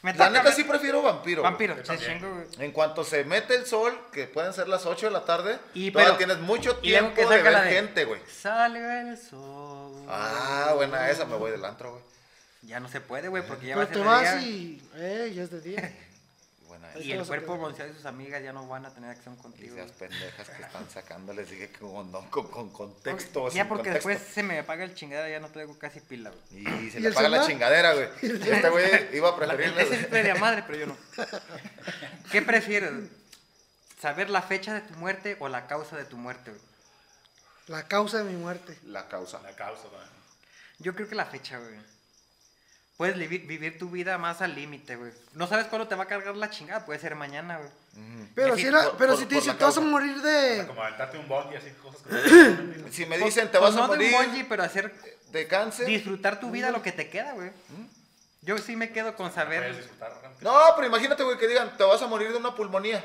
B: Me
A: La
B: toca,
A: neta
B: me-
A: sí prefiero vampiro. güey.
B: Vampiro,
C: Yo
B: se
C: también.
B: chingo, güey.
A: En cuanto se mete el sol, que pueden ser las 8 de la tarde,
B: Y
A: todavía
B: pero-
A: tienes mucho
B: y luego
A: tiempo
B: que
A: de
B: saca
A: ver
B: la de-
A: gente, güey.
B: Sale el sol.
A: Ah, buena esa, me voy del antro, güey.
B: Ya no se puede, güey, porque ya va a ser
D: Pero te
B: de
D: vas
B: día.
D: y. ¡Eh! Ya es de día.
A: Buena esa.
D: Ahí
B: Y
D: te
B: el
D: vas a
B: cuerpo
D: quedar.
B: bronceado de sus amigas ya no van a tener acción
A: Y
B: contigo.
A: esas
B: güey.
A: pendejas que están sacando, les dije que con, no, con, con contexto.
B: Ya
A: sin
B: porque
A: contexto.
B: después se me apaga el chingada, ya no traigo casi pila, güey.
A: Y se
D: ¿Y
A: le
D: el
A: apaga la
D: celular?
A: chingadera, güey. Este güey iba a preferirle.
B: Ese sí
A: güey.
B: traería madre, pero yo no. ¿Qué prefieres? ¿Saber la fecha de tu muerte o la causa de tu muerte, güey?
D: La causa de mi muerte.
A: La causa.
C: La causa, ¿no?
B: Yo creo que la fecha, güey. Puedes livi- vivir, tu vida más al límite, güey. No sabes cuándo te va a cargar la chingada, puede ser mañana, güey.
D: Pero
B: Sí,
D: si, la-
A: por-
D: pero
A: por-
D: si te
A: por
D: dicen,
A: la
D: te vas a
A: causa.
D: morir de.
C: Como aventarte un bot y así cosas como.
A: Si me dicen, te vas
B: Pues
A: a
B: no de
A: morir
B: un bonji, pero hacer
A: de cáncer.
B: disfrutar tu vida lo que te queda, güey. Yo sí me quedo con
C: Puedes
B: saber.
C: disfrutar. realmente.
A: No, pero imagínate, güey, que digan, te vas a morir de una pulmonía.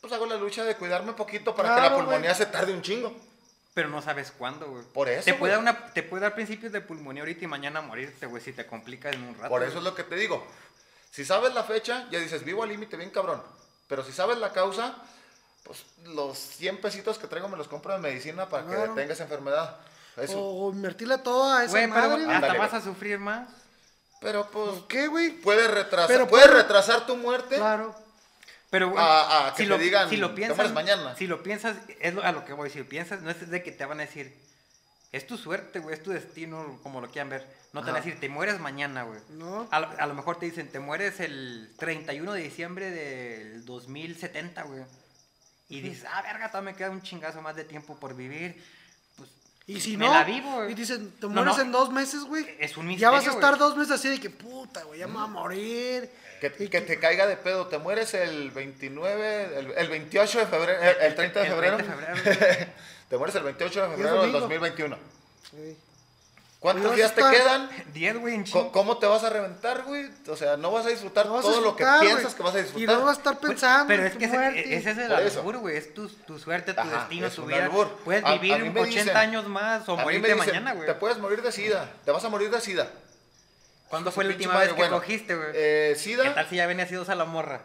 A: Pues hago la lucha de cuidarme poquito para que
D: Claro,
A: la
D: güey.
A: pulmonía se tarde un chingo.
B: Pero no sabes cuándo, güey.
A: Por eso,
B: Te puede, dar
A: güey.
B: una, te puede dar principios de pulmonía ahorita y mañana morirte, güey, si te complicas en un
D: Ah,
B: rato.
A: Por eso
B: güey.
A: es lo que te digo. Si sabes la fecha, ya dices, vivo al límite, bien cabrón. Pero si sabes la causa, pues los 100 pesitos que traigo me los compro de medicina para que
D: Claro. Oh.
A: detenga esa enfermedad. Eso.
D: O invertirle toda a esa
B: Güey, pero
D: madre. güey.
B: hasta
A: Ándale,
B: vas
A: güey.
B: a sufrir más.
A: Pero pues,
D: ¿Por qué, güey?
A: puedes retrasar,
D: Pero
A: puedes
D: puede-
A: retrasar tu muerte.
D: Claro.
B: Pero, güey,
A: A- a que te digan,
B: si lo
A: "Te
B: piensas,
A: mueres mañana".
B: Si lo piensas, es lo- a lo que voy. Si lo piensas, no es de que te van a decir, es tu suerte, güey, es tu destino, como lo quieran ver. No te van a
A: Ajá.
B: decir, te mueres mañana, güey.
D: No.
B: A, lo- a lo mejor te dicen, te mueres el 31 de diciembre del 2070, güey. Y dices, ah, verga, todavía me queda un chingazo más de tiempo por vivir. Pues,
D: Y si
B: me
D: no.
B: la vivo, güey.
D: y dicen,
B: No,
D: te mueres
B: no.
D: en dos meses, güey.
B: Es un
D: Ya vas a
B: misterio,
D: estar
B: güey.
D: dos meses así de que puta, güey, ya me voy a morir.
A: Que,
D: Y
A: que te caiga de pedo, te mueres el 29, el, el 28 de febrero, el, el 30 de
B: El
A: febrero.
B: 30 de febrero.
A: Te mueres el 28 de febrero del
D: domingo.
A: 2021.
D: Sí.
A: ¿Cuántos
D: Pues,
A: días te
D: está-
A: quedan?
B: 10, güey, en
A: Co-
B: chinga.
A: ¿Cómo te vas a reventar, güey? O sea, no vas a disfrutar
D: No vas a
A: todo lo que
D: disfrutar,
A: piensas
D: güey.
A: que vas a
D: Y
A: disfrutar.
D: no vas a estar
B: Pues,
D: pensando.
B: Pero
D: en
B: es
D: tu
B: que
D: muerte.
B: ese, ese es el
A: Por eso.
B: albur, güey. Es tu, tu suerte, tu
A: Ajá,
B: destino,
A: es
B: tu
A: un
B: vida.
A: albur.
B: Puedes
A: A- a
B: vivir
A: mí me
B: 80
A: dicen-
B: años más o
A: A mí
B: morirte
A: me dicen,
B: mañana, güey.
A: Te puedes morir de sida, te vas a morir de sida.
B: ¿Cuándo
A: Su
B: fue la
A: pinche
B: última
A: madre,
B: vez que
A: bueno,
B: cogiste, güey?
A: eh,
B: ¿Qué
A: sida,
B: tal si ya venía así dos a la morra?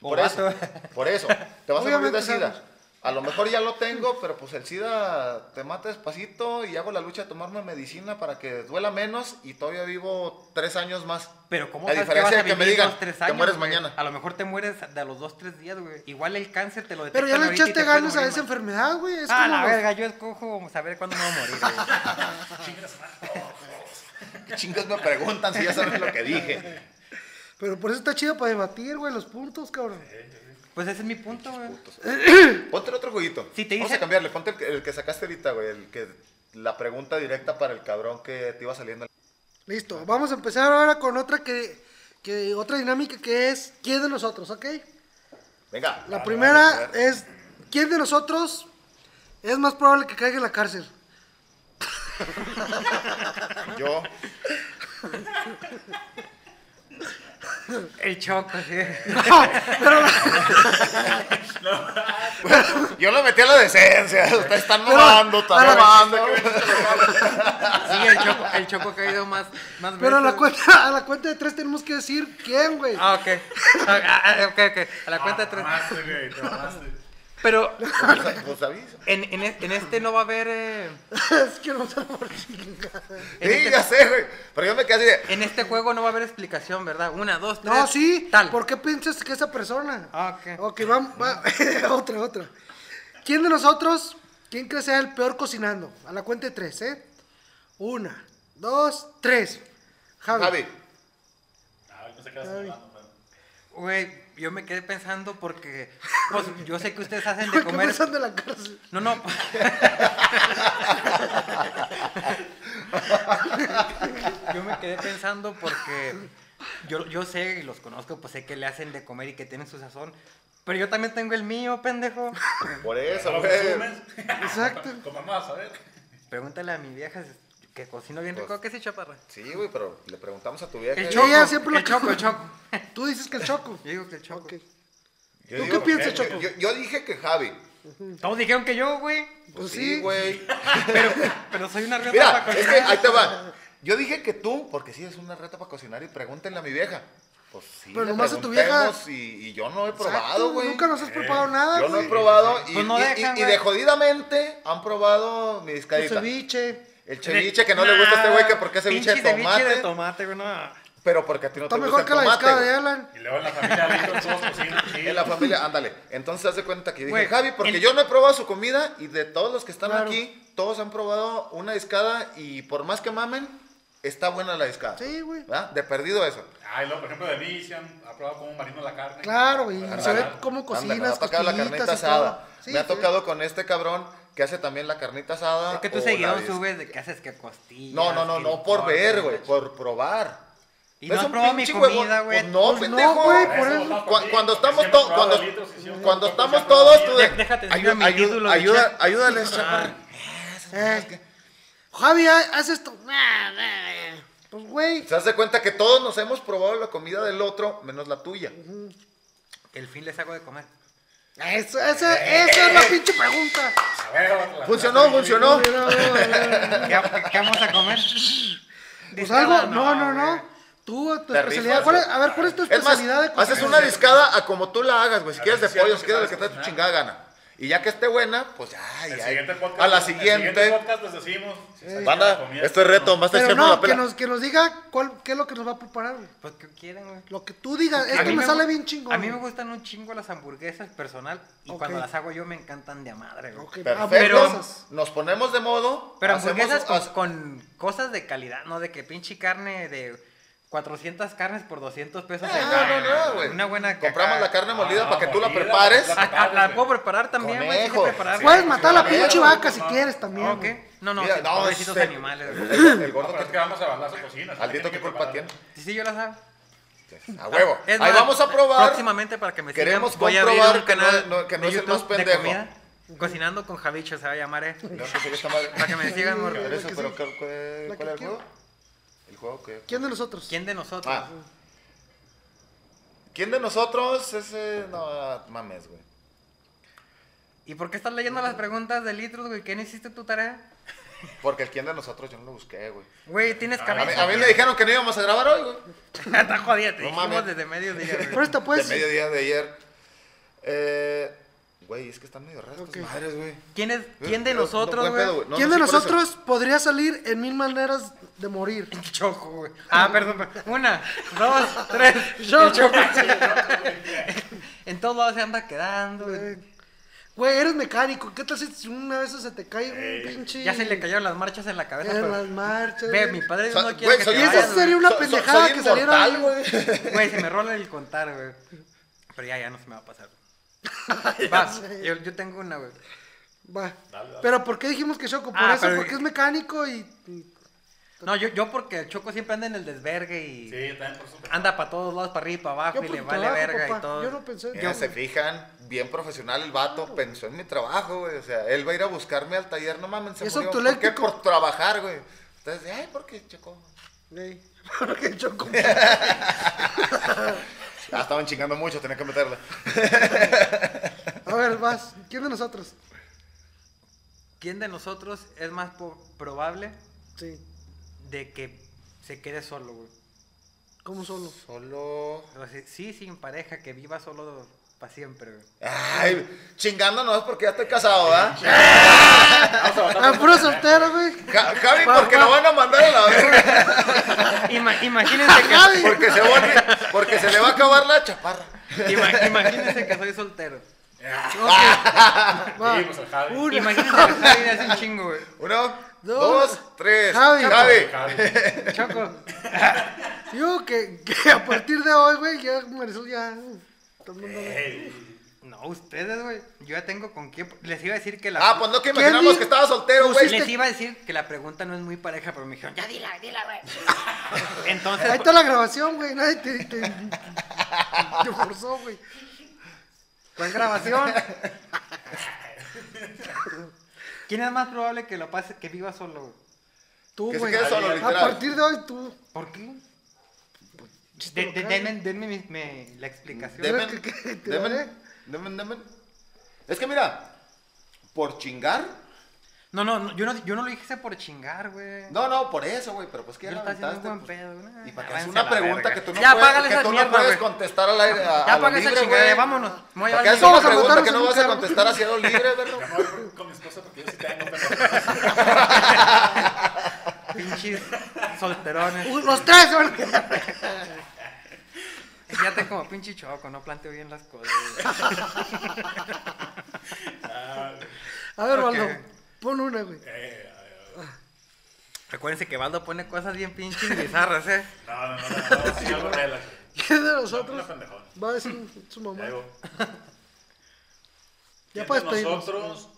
B: O
A: Por eso,
B: vato.
A: por eso, te vas a morir
D: Obviamente
A: de
D: sabes.
A: SIDA. A lo mejor ya lo tengo, pero pues el SIDA te mata despacito y hago la lucha de tomarme medicina para que duela menos y todavía vivo tres años más.
B: Pero ¿cómo
A: A
B: sabes que vas a
A: diferencia de que
B: vivir
A: me digan,
B: dos, tres
A: te
B: años?
A: mueres
B: güey?
A: mañana.
B: A lo mejor te mueres de a los dos, tres días, güey. Igual el cáncer te lo detectan
D: Pero ya le
B: ahorita y te
D: echaste
B: puedes
D: ganas a
B: morir
D: esa
B: mañana.
D: enfermedad, güey. Es
B: Ah,
D: como
B: la
D: los-
B: verga, yo escojo saber cuándo me voy a morir, güey.
A: ¿Qué chingas me preguntan si ya sabes lo que dije?
D: Pero por eso está chido para debatir, güey, los puntos, cabrón.
B: Pues ese es mi punto, güey.
A: Ponte el otro jueguito.
B: Si te
A: Vamos
B: dice-
A: a cambiarle, ponte el que, el que sacaste ahorita, güey, el que la pregunta directa para el cabrón que te iba saliendo.
D: Listo, vamos a empezar ahora con otra que, que otra dinámica que es quién de nosotros, ¿ok?
A: Venga.
D: La
A: Vale, vale,
D: primera
A: a ver.
D: es quién de nosotros es más probable que caiga en la cárcel. eh.
A: Yo,
B: El choco, sí.
A: yo lo metí a la decencia. Ustedes están robando,
D: a
A: están
D: la-
A: robando.
B: Sí, el choco, el choco ha caído más, más
D: Pero a la
B: veces, güey.
D: cuenta, a la cuenta de tres tenemos que decir quién, güey.
B: Ah, ok. Ah, ah, ok, ok. A la cuenta de tres.
C: Mamaste, güey, te mamaste.
B: Pero
A: Pues, pues avisa.
B: en, en, e- en este no va a haber. eh,
D: es que no sé por chingada.
B: en,
A: Sí, ya
B: este,
A: sé, güey. Pero yo me quedé así de.
B: en este juego no va a haber explicación, ¿verdad? Una, dos, tres.
D: No, sí.
B: Tal.
D: ¿Por qué piensas que esa persona?
B: Ah, ok.
D: Ok, vamos, va- otra, otra. ¿Quién de nosotros, quién crees sea el peor cocinando? A la cuenta de tres, ¿eh? Una, dos, tres. Javi.
A: Javi.
C: Ah, no sé qué vas
D: Ay.
C: hablando, pero.
B: Güey, yo me quedé pensando porque pues, yo sé que ustedes hacen
D: ¿Qué
B: de comer.
D: pasan de la cárcel?
B: No, no. yo me quedé pensando porque yo, yo sé y los conozco, pues sé que le hacen de comer y que tienen su sazón. Pero yo también tengo el mío, pendejo.
A: Por eso,
C: ¿Lo
A: güey.
C: consumes?
D: Exacto.
C: Como más, a ver.
B: Pregúntale a mi vieja si- que cocino bien rico,
A: Pues-
B: que sí, chaparra.
A: Sí, güey, pero le preguntamos a tu vieja.
B: El
A: y-
B: choco,
D: ella siempre lo
B: el choco, el
D: cocina.
B: choco.
D: Tú dices que el Choco.
B: Yo digo que el choco.
D: Ok.
A: Yo
D: ¿Tú
A: digo-
D: qué piensas,
A: yo-
D: Choco?
A: Yo, yo dije que Javi.
B: Todos dijeron que yo, güey.
A: Pues
D: Pues
A: sí,
D: sí.
A: güey.
B: Pero soy una riata
A: Mira,
B: para
A: es
B: cocinar.
A: que ahí te va. Yo dije que tú, porque sí, es una reta para cocinar y pregúntenle a mi vieja. Pues sí,
D: Pero
A: le
D: nomás a tu
A: preguntemos Y, y yo no he
D: Exacto,
A: probado, güey.
D: Nunca nos has preparado nada,
A: Yo no he
D: güey.
A: probado y,
B: Pues no
A: y- y-
B: dejan,
A: y
B: güey.
A: de jodidamente han probado mi
D: Tu
A: discadita.
D: Pues ceviche.
A: El ceviche que no le gusta a este güey que porque es ceviche de
B: Pinche
A: tomate, Ah,
B: ceviche de tomate, güey, no.
A: pero porque a ti no
D: Está
A: te gusta
D: mejor
A: el
D: que la
A: tomate.
D: discada
A: güey.
D: de Alan.
C: Y luego en la familia Lincoln todos cocinan. sí.
A: En la familia, ándale. Entonces haz de cuenta que yo dije,
B: Güey,
A: Javi, porque
B: el-
A: yo no he probado su comida y de todos los que están
D: Claro.
A: aquí, todos han probado una discada y por más que mamen, está buena la discada.
D: Sí, güey.
A: ¿Verdad? De perdido eso.
C: Ay, luego, por ejemplo, de mí se han ha probado cómo marino la carne.
D: Claro, güey.
C: Para
D: Se ve
C: ganar.
D: cómo
A: Ándale, me
D: cocinas,
A: ha tocado la
D: costillitas
A: carnita
D: y todo.
A: asada.
D: Sí,
A: me ha
D: sí.
A: tocado con este cabrón que hace también la carnita asada.
B: Es que
A: o
B: tú
A: oh, la
B: seguido
A: dis-
B: subes de que haces que costillas.
A: No, no, no,
B: que
A: no por
B: cortes,
A: ver,
B: la
A: güey,
B: ch-
A: por probar.
B: Y
A: ¿Ves
B: no has
A: un
B: probado mi
A: pinche huevón?
B: comida, güey.
A: Pues no,
D: Pues no,
A: pendejo.
D: güey,
C: Para
D: por
C: eso
D: eso.
C: vamos
A: Cu-
C: aquí,
A: cuando
C: porque
A: estamos
C: siempre
A: todos,
C: he probado
A: cuando,
C: de litros y siempre
A: cuando
C: he probado
A: estamos
C: que se ha
A: todos, tú
C: probado
A: de,
C: bien.
B: de- déjate enseñar
A: ayuda,
B: mis
A: ayuda,
B: ídolos de
A: ayuda,
B: chat.
A: ayúdale, chaparro.
D: Ah. Javi, ha- haz esto. Nah, nah, nah. Pues, güey.
A: Se hace cuenta que todos nos hemos probado la comida del otro, menos la tuya.
B: El fin les hago de comer.
D: Eso, eso, esa es la pinche pregunta.
C: A ver, otra.
A: Funcionó, funcionó.
B: ¿Qué, qué vamos a comer?
D: Pues
B: Discada,
D: algo, no, no,
B: güey.
D: no. Tú, tu
A: Te
D: especialidad.
A: rifas,
D: ¿Cuál es-
A: güey.
D: a ver, ¿cuál es tu
A: Es más,
D: especialidad de
A: haces
D: cocina?
A: una discada a como tú la hagas, güey. Si
C: A
A: quieres de
C: ver, sí,
A: pollo,
C: sí,
A: si quieres lo
C: sí,
A: que está tu
C: sí.
A: chingada gana. Y ya que esté buena, pues ya,
C: El
A: ya.
C: siguiente podcast-
A: a la
C: El siguiente
A: siguiente.
C: podcast les decimos. si está buena la
A: Banda,
C: comida,
A: esto es reto, vas a
D: Pero
A: echarme
D: no,
A: la
D: que
A: pela.
D: nos, que nos diga cuál, qué es lo que nos va a preparar. güey.
B: Pues que quieren, güey.
D: Lo que tú digas, esto
B: A mí
D: me,
B: me
D: sale
B: gu-
D: bien chingón.
B: A mí me gustan un chingo las hamburguesas personal y
D: Ok.
B: cuando las hago yo me encantan de a madre, güey.
D: Ok,
A: Perfecto.
D: hamburguesas.
A: nos ponemos de modo.
B: Pero
A: hacemos-
B: hamburguesas con,
A: hace-
B: con cosas de calidad, no de que pinche carne de 400 carnes por 200 pesos.
A: Eh, No,
B: en
A: no,
B: carne,
A: Ah, no, güey.
B: Una buena que
A: Compramos
B: acá-
A: la carne molida
C: Ah,
A: para que tú la
C: molida,
A: prepares.
C: la-
B: Ah, ah, la puedo preparar también, güey. sí sé
A: Conejo.
B: preparar,
C: Sí.
B: güey. Ah,
D: Puedes matar a la
A: Claro,
D: pinche vaca si
C: no.
D: quieres también.
B: Ok.
D: güey.
B: No, no,
A: Mira,
B: sí,
A: no,
B: pobrecitos
A: este-
B: animales. güey.
A: El, el gordo
C: No, pero es que
A: que.
C: vamos a balazo cocina.
A: Al dieto que culpa tiene.
B: Sí, sí, yo las hago.
A: A huevo.
B: Ah, Es
A: Ahí
B: más,
A: vamos a probar.
B: Próximamente para que me
A: Queremos
B: sigan, voy a abrir
A: comprobar
B: un
A: que no-
B: canal
A: no- que no
B: de
A: es el
B: YouTube
A: más
B: de
A: pendejo.
B: comida, Cocinando con Javicho se va a llamar, eh.
A: No, que sigue esta madre.
B: Para que me sigan, morro.
A: Pero eso,
D: que
A: pero
D: sí.
A: ¿cuál, cuál-
D: La
A: cuál
D: que
A: era el
D: quiero.
A: juego? ¿El juego qué?
D: ¿Quién de nosotros?
B: ¿Quién de nosotros?
A: Ah. ¿Quién de nosotros? Ese. No, ah, mames, güey.
B: ¿Y por qué estás leyendo las preguntas de litros, güey? ¿Qué no hiciste tu tarea?
A: Porque el quién de nosotros yo no lo busqué, güey.
B: Güey, tienes
A: A mí,
B: cabeza.
A: a mí le dijeron que no íbamos a grabar hoy, güey.
B: Está jodida, te
A: No
B: dijimos
A: mames.
B: desde mediodía,
D: Por
B: güey.
D: esto, pues.
A: de mediodía de ayer. Eh, Güey, es que están medio raras
D: Ok.
A: estas madres, güey.
B: ¿Quién, es, ¿Quién de
A: Eh, No, no,
B: nosotros,
A: buen
B: güey?
A: pedo, güey. No,
D: ¿Quién
A: no,
D: de
A: sí, por eso.
D: nosotros podría salir en mil maneras de morir?
B: Choco, güey. Ah, perdón, perdón. Una, dos, tres.
D: Choco.
B: El Choco. en todos lados se anda quedando, güey.
D: Güey, eres mecánico. ¿Qué tal si una vez se te cae
C: Ey,
D: un pinche.
B: Ya se le cayeron las marchas en la cabeza,
D: En
B: pero-
D: las marchas.
B: Ve, mi padre
A: So-
B: no quiere
A: güey,
B: que
A: soy-
B: te
D: Y
B: vayas,
D: esa sería una
A: So- so-
D: pendejada
A: soy
D: que saliera.
A: inmortal,
D: güey.
B: güey. Güey, se me rola el contar, güey. Pero ya, ya no se me va a pasar. Vas,
D: sé.
B: yo, yo tengo una, güey.
D: Va.
C: Dale, dale.
D: Pero ¿por qué dijimos que Choco? Por
B: Ah,
D: eso,
B: pero-
D: porque es mecánico y. y-
B: No, yo, yo porque el Choco siempre anda en el desvergue y
C: Sí, yo también por eso.
D: Ah,
B: anda para todos lados, para arriba y para abajo,
D: Yo
B: y
D: por
B: le
D: mi
B: Ah, vale
D: trabajo,
B: verga
D: papá.
B: y todo.
D: Yo no pensé.
A: Mira, eh, se fijan, bien profesional el vato, pensó en mi trabajo, güey. O sea, él va a ir a buscarme al taller, no mames, se
D: Es
A: murió. ¿Por qué?
D: autoeléctrico.
A: Por trabajar, güey. Entonces, ay, ¿por qué, Choco?
D: Ey, Porque Choco.
A: Ah, estaban chingando mucho, tenía que meterla.
D: A ver, vas. ¿Quién de nosotros?
B: ¿Quién de nosotros es más po- probable
D: Sí.
B: de que se quede solo, güey?
D: ¿Cómo solo?
A: Solo...
B: O sea, Sí, sin pareja, que viva solo para siempre, güey.
A: Ay, chingando no es porque ya estoy casado, ¿verdad?
D: Ah, puro soltero, güey.
A: Ja- Javi, porque lo van a mandar a la verga.
B: Ima- imagínense que...
A: Porque se, va a- porque se le va a acabar la chaparra.
B: ima- imagínense que soy soltero.
D: Va.
C: Sí, pues el Javi.
D: Una.
B: Imagínense que soy de hace un chingo, güey.
A: Uno,
D: Dos.
A: dos, tres.
D: Javi.
A: Javi.
B: Choco,
D: Digo que, que a partir de hoy, güey, ya Marisol ya. Todo el
A: Eh.
D: mundo ve.
C: Ey,
B: No, ustedes, güey. Yo ya tengo con quién. Les iba a decir que la.
A: Ah, pues no que
D: ¿Quién
A: imaginamos
D: di- Pues
A: que estaba soltero, güey.
D: pusiste-
B: Les iba a decir que la pregunta no es muy pareja, pero me dijeron, ya dila, dila, güey. Entonces,
D: Ahí está la grabación, güey. Nadie te, te, te forzó, güey.
B: ¿cuál grabación? ¿Quién es más probable que lo pase, que viva solo, güey?
D: Tú,
A: Que se
D: güey.
A: quede solo,
D: A
A: literal.
D: partir de hoy, tú.
B: ¿Por qué?
A: Pues,
D: chiste
B: De- de-
D: local.
B: denme denme mi- me- la explicación.
D: De-
A: Demen,
D: ¿Qué- qué- qué te daré?
A: demen, demen, demen. Es que mira, por chingar.
B: No, no, no, yo no, yo no lo dije por chingar, güey.
A: No, no, por eso, güey, pero pues que ya
B: Yo
A: la
B: lo estaba
A: aventaste.
B: haciendo
A: pues,
B: buen pedo, nah,
A: y para que
B: váyanse a
A: hagas una
B: la
A: pregunta
B: verga.
A: que tú no
B: Ya
A: puedes,
B: apágale
A: que
B: esa
A: tú
B: mierda,
A: no puedes
B: güey.
A: contestar al aire. A,
B: Ya
A: a lo
B: apaga esa
A: libre,
B: chingadera,
A: güey.
B: vámonos. Me voy a
A: Para que
B: llevar
A: hagas
B: mi-
A: una
D: Vamos a
A: pregunta
D: matarnos
A: que
D: en
A: no
D: un
A: vas a
D: carro.
A: contestar así a lo libre,
C: yo
A: verga.
C: me voy por- con mi esposa porque yo sí tengo, pero
B: Pinches solterones.
D: Uh, Los tres, güey.
B: Ya te como pinche choco, no planteo bien las cosas. güey.
C: Ah,
D: A ver,
B: Ok.
D: Waldo. Pon una, güey.
C: eh, a ver, a ver.
B: Recuérdense que Valdo pone cosas bien pinches bizarras, eh.
C: No, no, no, no, no, sí, algo relax.
D: ¿Qué de
C: Una
D: nosotros?
C: pendejona.
D: Va a decir su mamá.
C: Ya digo,
D: Ya
C: ¿Quién
D: puedes
C: de
D: pedirnos.
C: nosotros?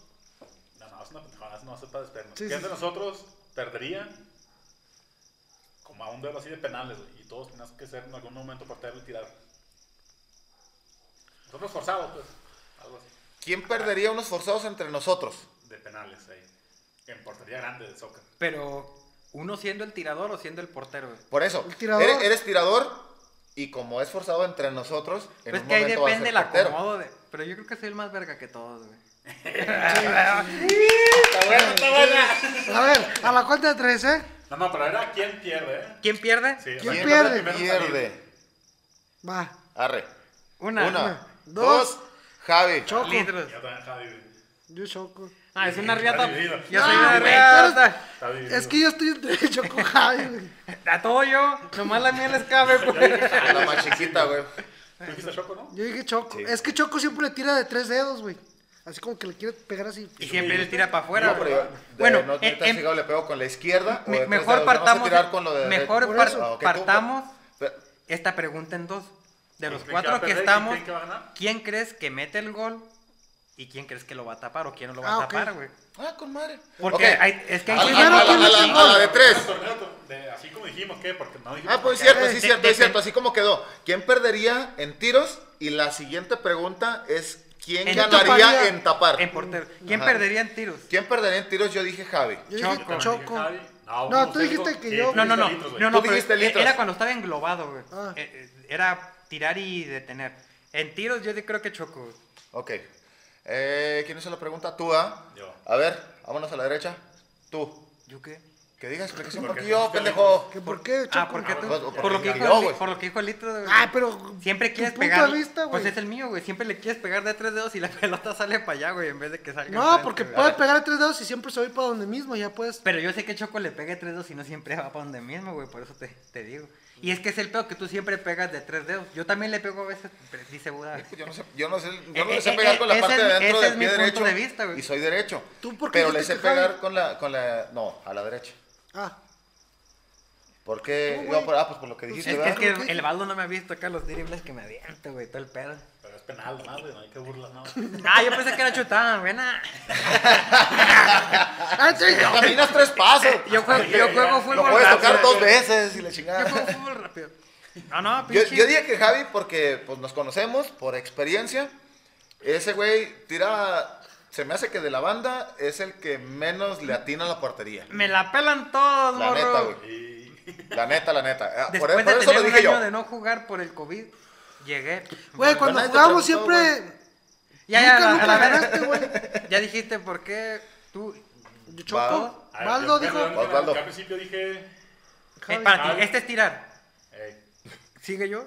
C: No, no, es una pendejada, no, es para despedirnos.
D: Sí,
C: ¿Quién
D: sí, sí.
C: de nosotros perdería como a un dedo así de penales, güey? Y todos tenías que ser en algún momento portero y tirar. Nosotros forzados, pues. Algo así.
A: ¿Quién perdería unos forzados entre nosotros?
C: De penales ahí. En portería grande de soccer.
B: Pero, ¿uno siendo el tirador o siendo el portero? güey?
A: Por eso,
D: El tirador.
A: Eres, eres tirador y como es forzado entre nosotros, en
B: Pues
A: un
B: que ahí
A: momento vas a ser
B: depende el
A: portero.
B: acomodo de... Pero yo creo que soy el más verga que todos, güey.
C: ¡Está buena, está buena!
D: A ver, a la cuenta de tres, ¿eh?
C: No, no, pero era quién pierde, ¿eh?
B: ¿Quién pierde?
C: Sí, o sea,
D: ¿Quién
C: era el
D: pierde?
C: primero en salir.
A: Pierde.
D: Va.
A: Arre.
B: Una.
A: Una,
D: dos,
A: dos, Javi.
D: choco.
B: Litros.
C: Ya también Javi, güey.
D: Yo choco.
B: Ah, es una riata.
C: dividido.
B: Yo soy
D: No,
B: una
D: güey,
B: riata.
C: Está dividido.
D: Es que yo estoy entre choco y Javi, güey.
B: A todo yo. Nomás la mía les cabe, pues.
A: La más chiquita, güey.
C: ¿Tú dijiste Choco, no?
D: Yo dije choco. Es que choco siempre le tira de tres dedos, güey. Así como que le quiere pegar así.
B: Y siempre le tira para afuera.
A: No, pero
B: güey.
A: yo, de-
B: bueno, en-
A: no, no te has
B: en-
A: fijado, le pego con la izquierda. o
B: me-
A: de tres
B: mejor
A: dedos, yo no sé
B: partamos-
A: tirar con lo de derecha.
B: mejor
A: Por
B: par-
A: eso. Ah, ok, tú-
B: partamos-
A: Pe-
B: esta pregunta en dos. De los
C: ¿Quién creen que va
B: cuatro
C: a
B: que
C: perder y
B: estamos,
C: ¿Quién creen que va a ganar?
B: ¿quién crees que mete el gol? ¿Y quién crees que lo va a tapar o quién no lo va
D: Ah,
B: a
D: ok.
B: tapar, güey?
A: Ah, con madre.
B: Porque
A: Ok.
B: hay- es que hay
C: Ah,
A: A- a-
D: primero
A: a- a-
D: tiene
A: a la-
D: chingón.
A: a la de tres.
C: Torneo de- Así como dijimos, ¿qué? Porque no dijimos.
A: Ah, pues
C: por
A: cierto,
B: Eh,
A: sí,
B: de-
A: cierto,
B: de-
A: es cierto. Así como quedó. ¿Quién perdería en tiros? Y la siguiente pregunta es: ¿quién
B: En
A: ganaría
D: taparía.
A: en tapar?
B: En portero. ¿Quién
A: Ajá.
B: perdería en tiros?
A: ¿Quién perdería en tiros? Yo dije Javi.
D: Yo
B: Choco.
D: dije
C: qué.
D: choco.
C: Javi.
D: No,
C: uno,
D: tú
C: cero,
D: dijiste que
C: sí,
D: yo-
C: tú
B: No, no, no.
C: dijiste litros, güey.
B: No, no,
A: Tú
B: pero
A: dijiste
B: e-
A: litros.
B: era cuando estaba englobado, güey.
D: Ah.
B: Eh, eh, Era tirar y detener. En tiros yo de- creo que choco. güey.
A: Ok. Eh, ¿Quién hizo la pregunta? Tú, ¿ah?
C: Yo.
A: A ver, vámonos a la derecha. Tú.
B: ¿Yo qué?
A: Que digas explicación
C: Porque
A: porque yo,
C: tú dijiste
A: pendejo.
D: ¿Que ¿Por qué, choco?
B: Ah, ¿por qué tú?
A: pues,
B: Por
A: porque
B: lo que dijo
A: tiró,
B: el-
A: güey.
B: por lo que dijo el litro, güey.
D: Ah, pero.
B: Siempre
D: tu
B: quieres
D: punto de
B: pegar.
D: vista, güey.
B: pues es el mío, güey. Siempre le quieres pegar de tres dedos y la pelota sale para allá, güey, en vez de que salga.
D: No,
B: enfrente,
D: porque
B: güey.
D: puedes pegar a tres dedos y siempre se va a ir para donde mismo. Ya puedes.
B: Pero yo sé que Choco le pegue tres dedos y no siempre va para donde mismo, güey, por eso te, te digo. Y es que es el peor que tú siempre pegas de tres dedos. Yo también le pego a veces, pero dice Buda.
A: Yo no sé, yo no sé, yo no
B: Eh,
A: le sé
B: eh,
A: pegar
B: eh,
A: con la
B: ese
A: parte
B: es
A: de
B: mi-
A: adentro
B: ese
A: del
B: es
A: pie
B: mi punto
A: derecho.
B: de vista, güey.
A: y soy derecho.
D: ¿Tú por qué
A: pero le
D: dijiste
A: sé
D: que Javi?
A: pegar con la con la no, a la derecha.
D: Ah,
A: ¿Por qué?
D: Tú,
A: Yo
D: güey.
A: por- ah, pues por lo que
B: Es
A: dijiste,
B: que, es
A: ¿verdad?
B: que el baldo no me ha visto acá los dribles que me aviento, güey, todo el pedo.
C: Pero es penal, nada, güey, no hay que burlar nada.
B: Ah, yo pensé que era chutada, güey, nah.
D: ah sí, no.
A: Caminas tres pasos.
B: Yo juego, yo juego fútbol
A: Lo puedes
B: rápido.
A: tocar dos veces y la
B: Yo
A: chingada.
B: juego fútbol rápido. No, no,
A: Yo,
B: pinche.
A: yo dije que Javi, porque pues, nos conocemos por experiencia. Ese güey tira. Se me hace que de la banda es el que menos le atina a la portería.
B: Me la pelan todos,
A: La neta, güey.
B: morro.
A: La neta, la neta. Ah, Por,
B: Después
A: por
B: de
A: eso
B: tener
A: lo
B: un
A: dije
B: año
A: yo.
B: de no jugar por el COVID, llegué.
D: Güey, cuando
A: nadie te
D: jugamos
A: preguntó,
D: siempre.
B: Ya, ya,
D: Nunca,
B: a la- a la
D: nunca ganaste,
B: verga. Ya dijiste por qué tú.
D: Yo
A: Va.
D: choco.
C: A ver,
D: Valdo
C: yo-
D: dijo.
C: yo- yo-
A: Osvaldo.
C: Al principio dije. eh,
B: Eh,
D: Javi.
B: para ti,
C: Javi.
B: este es tirar.
C: Ey,
B: ¿Sigue yo?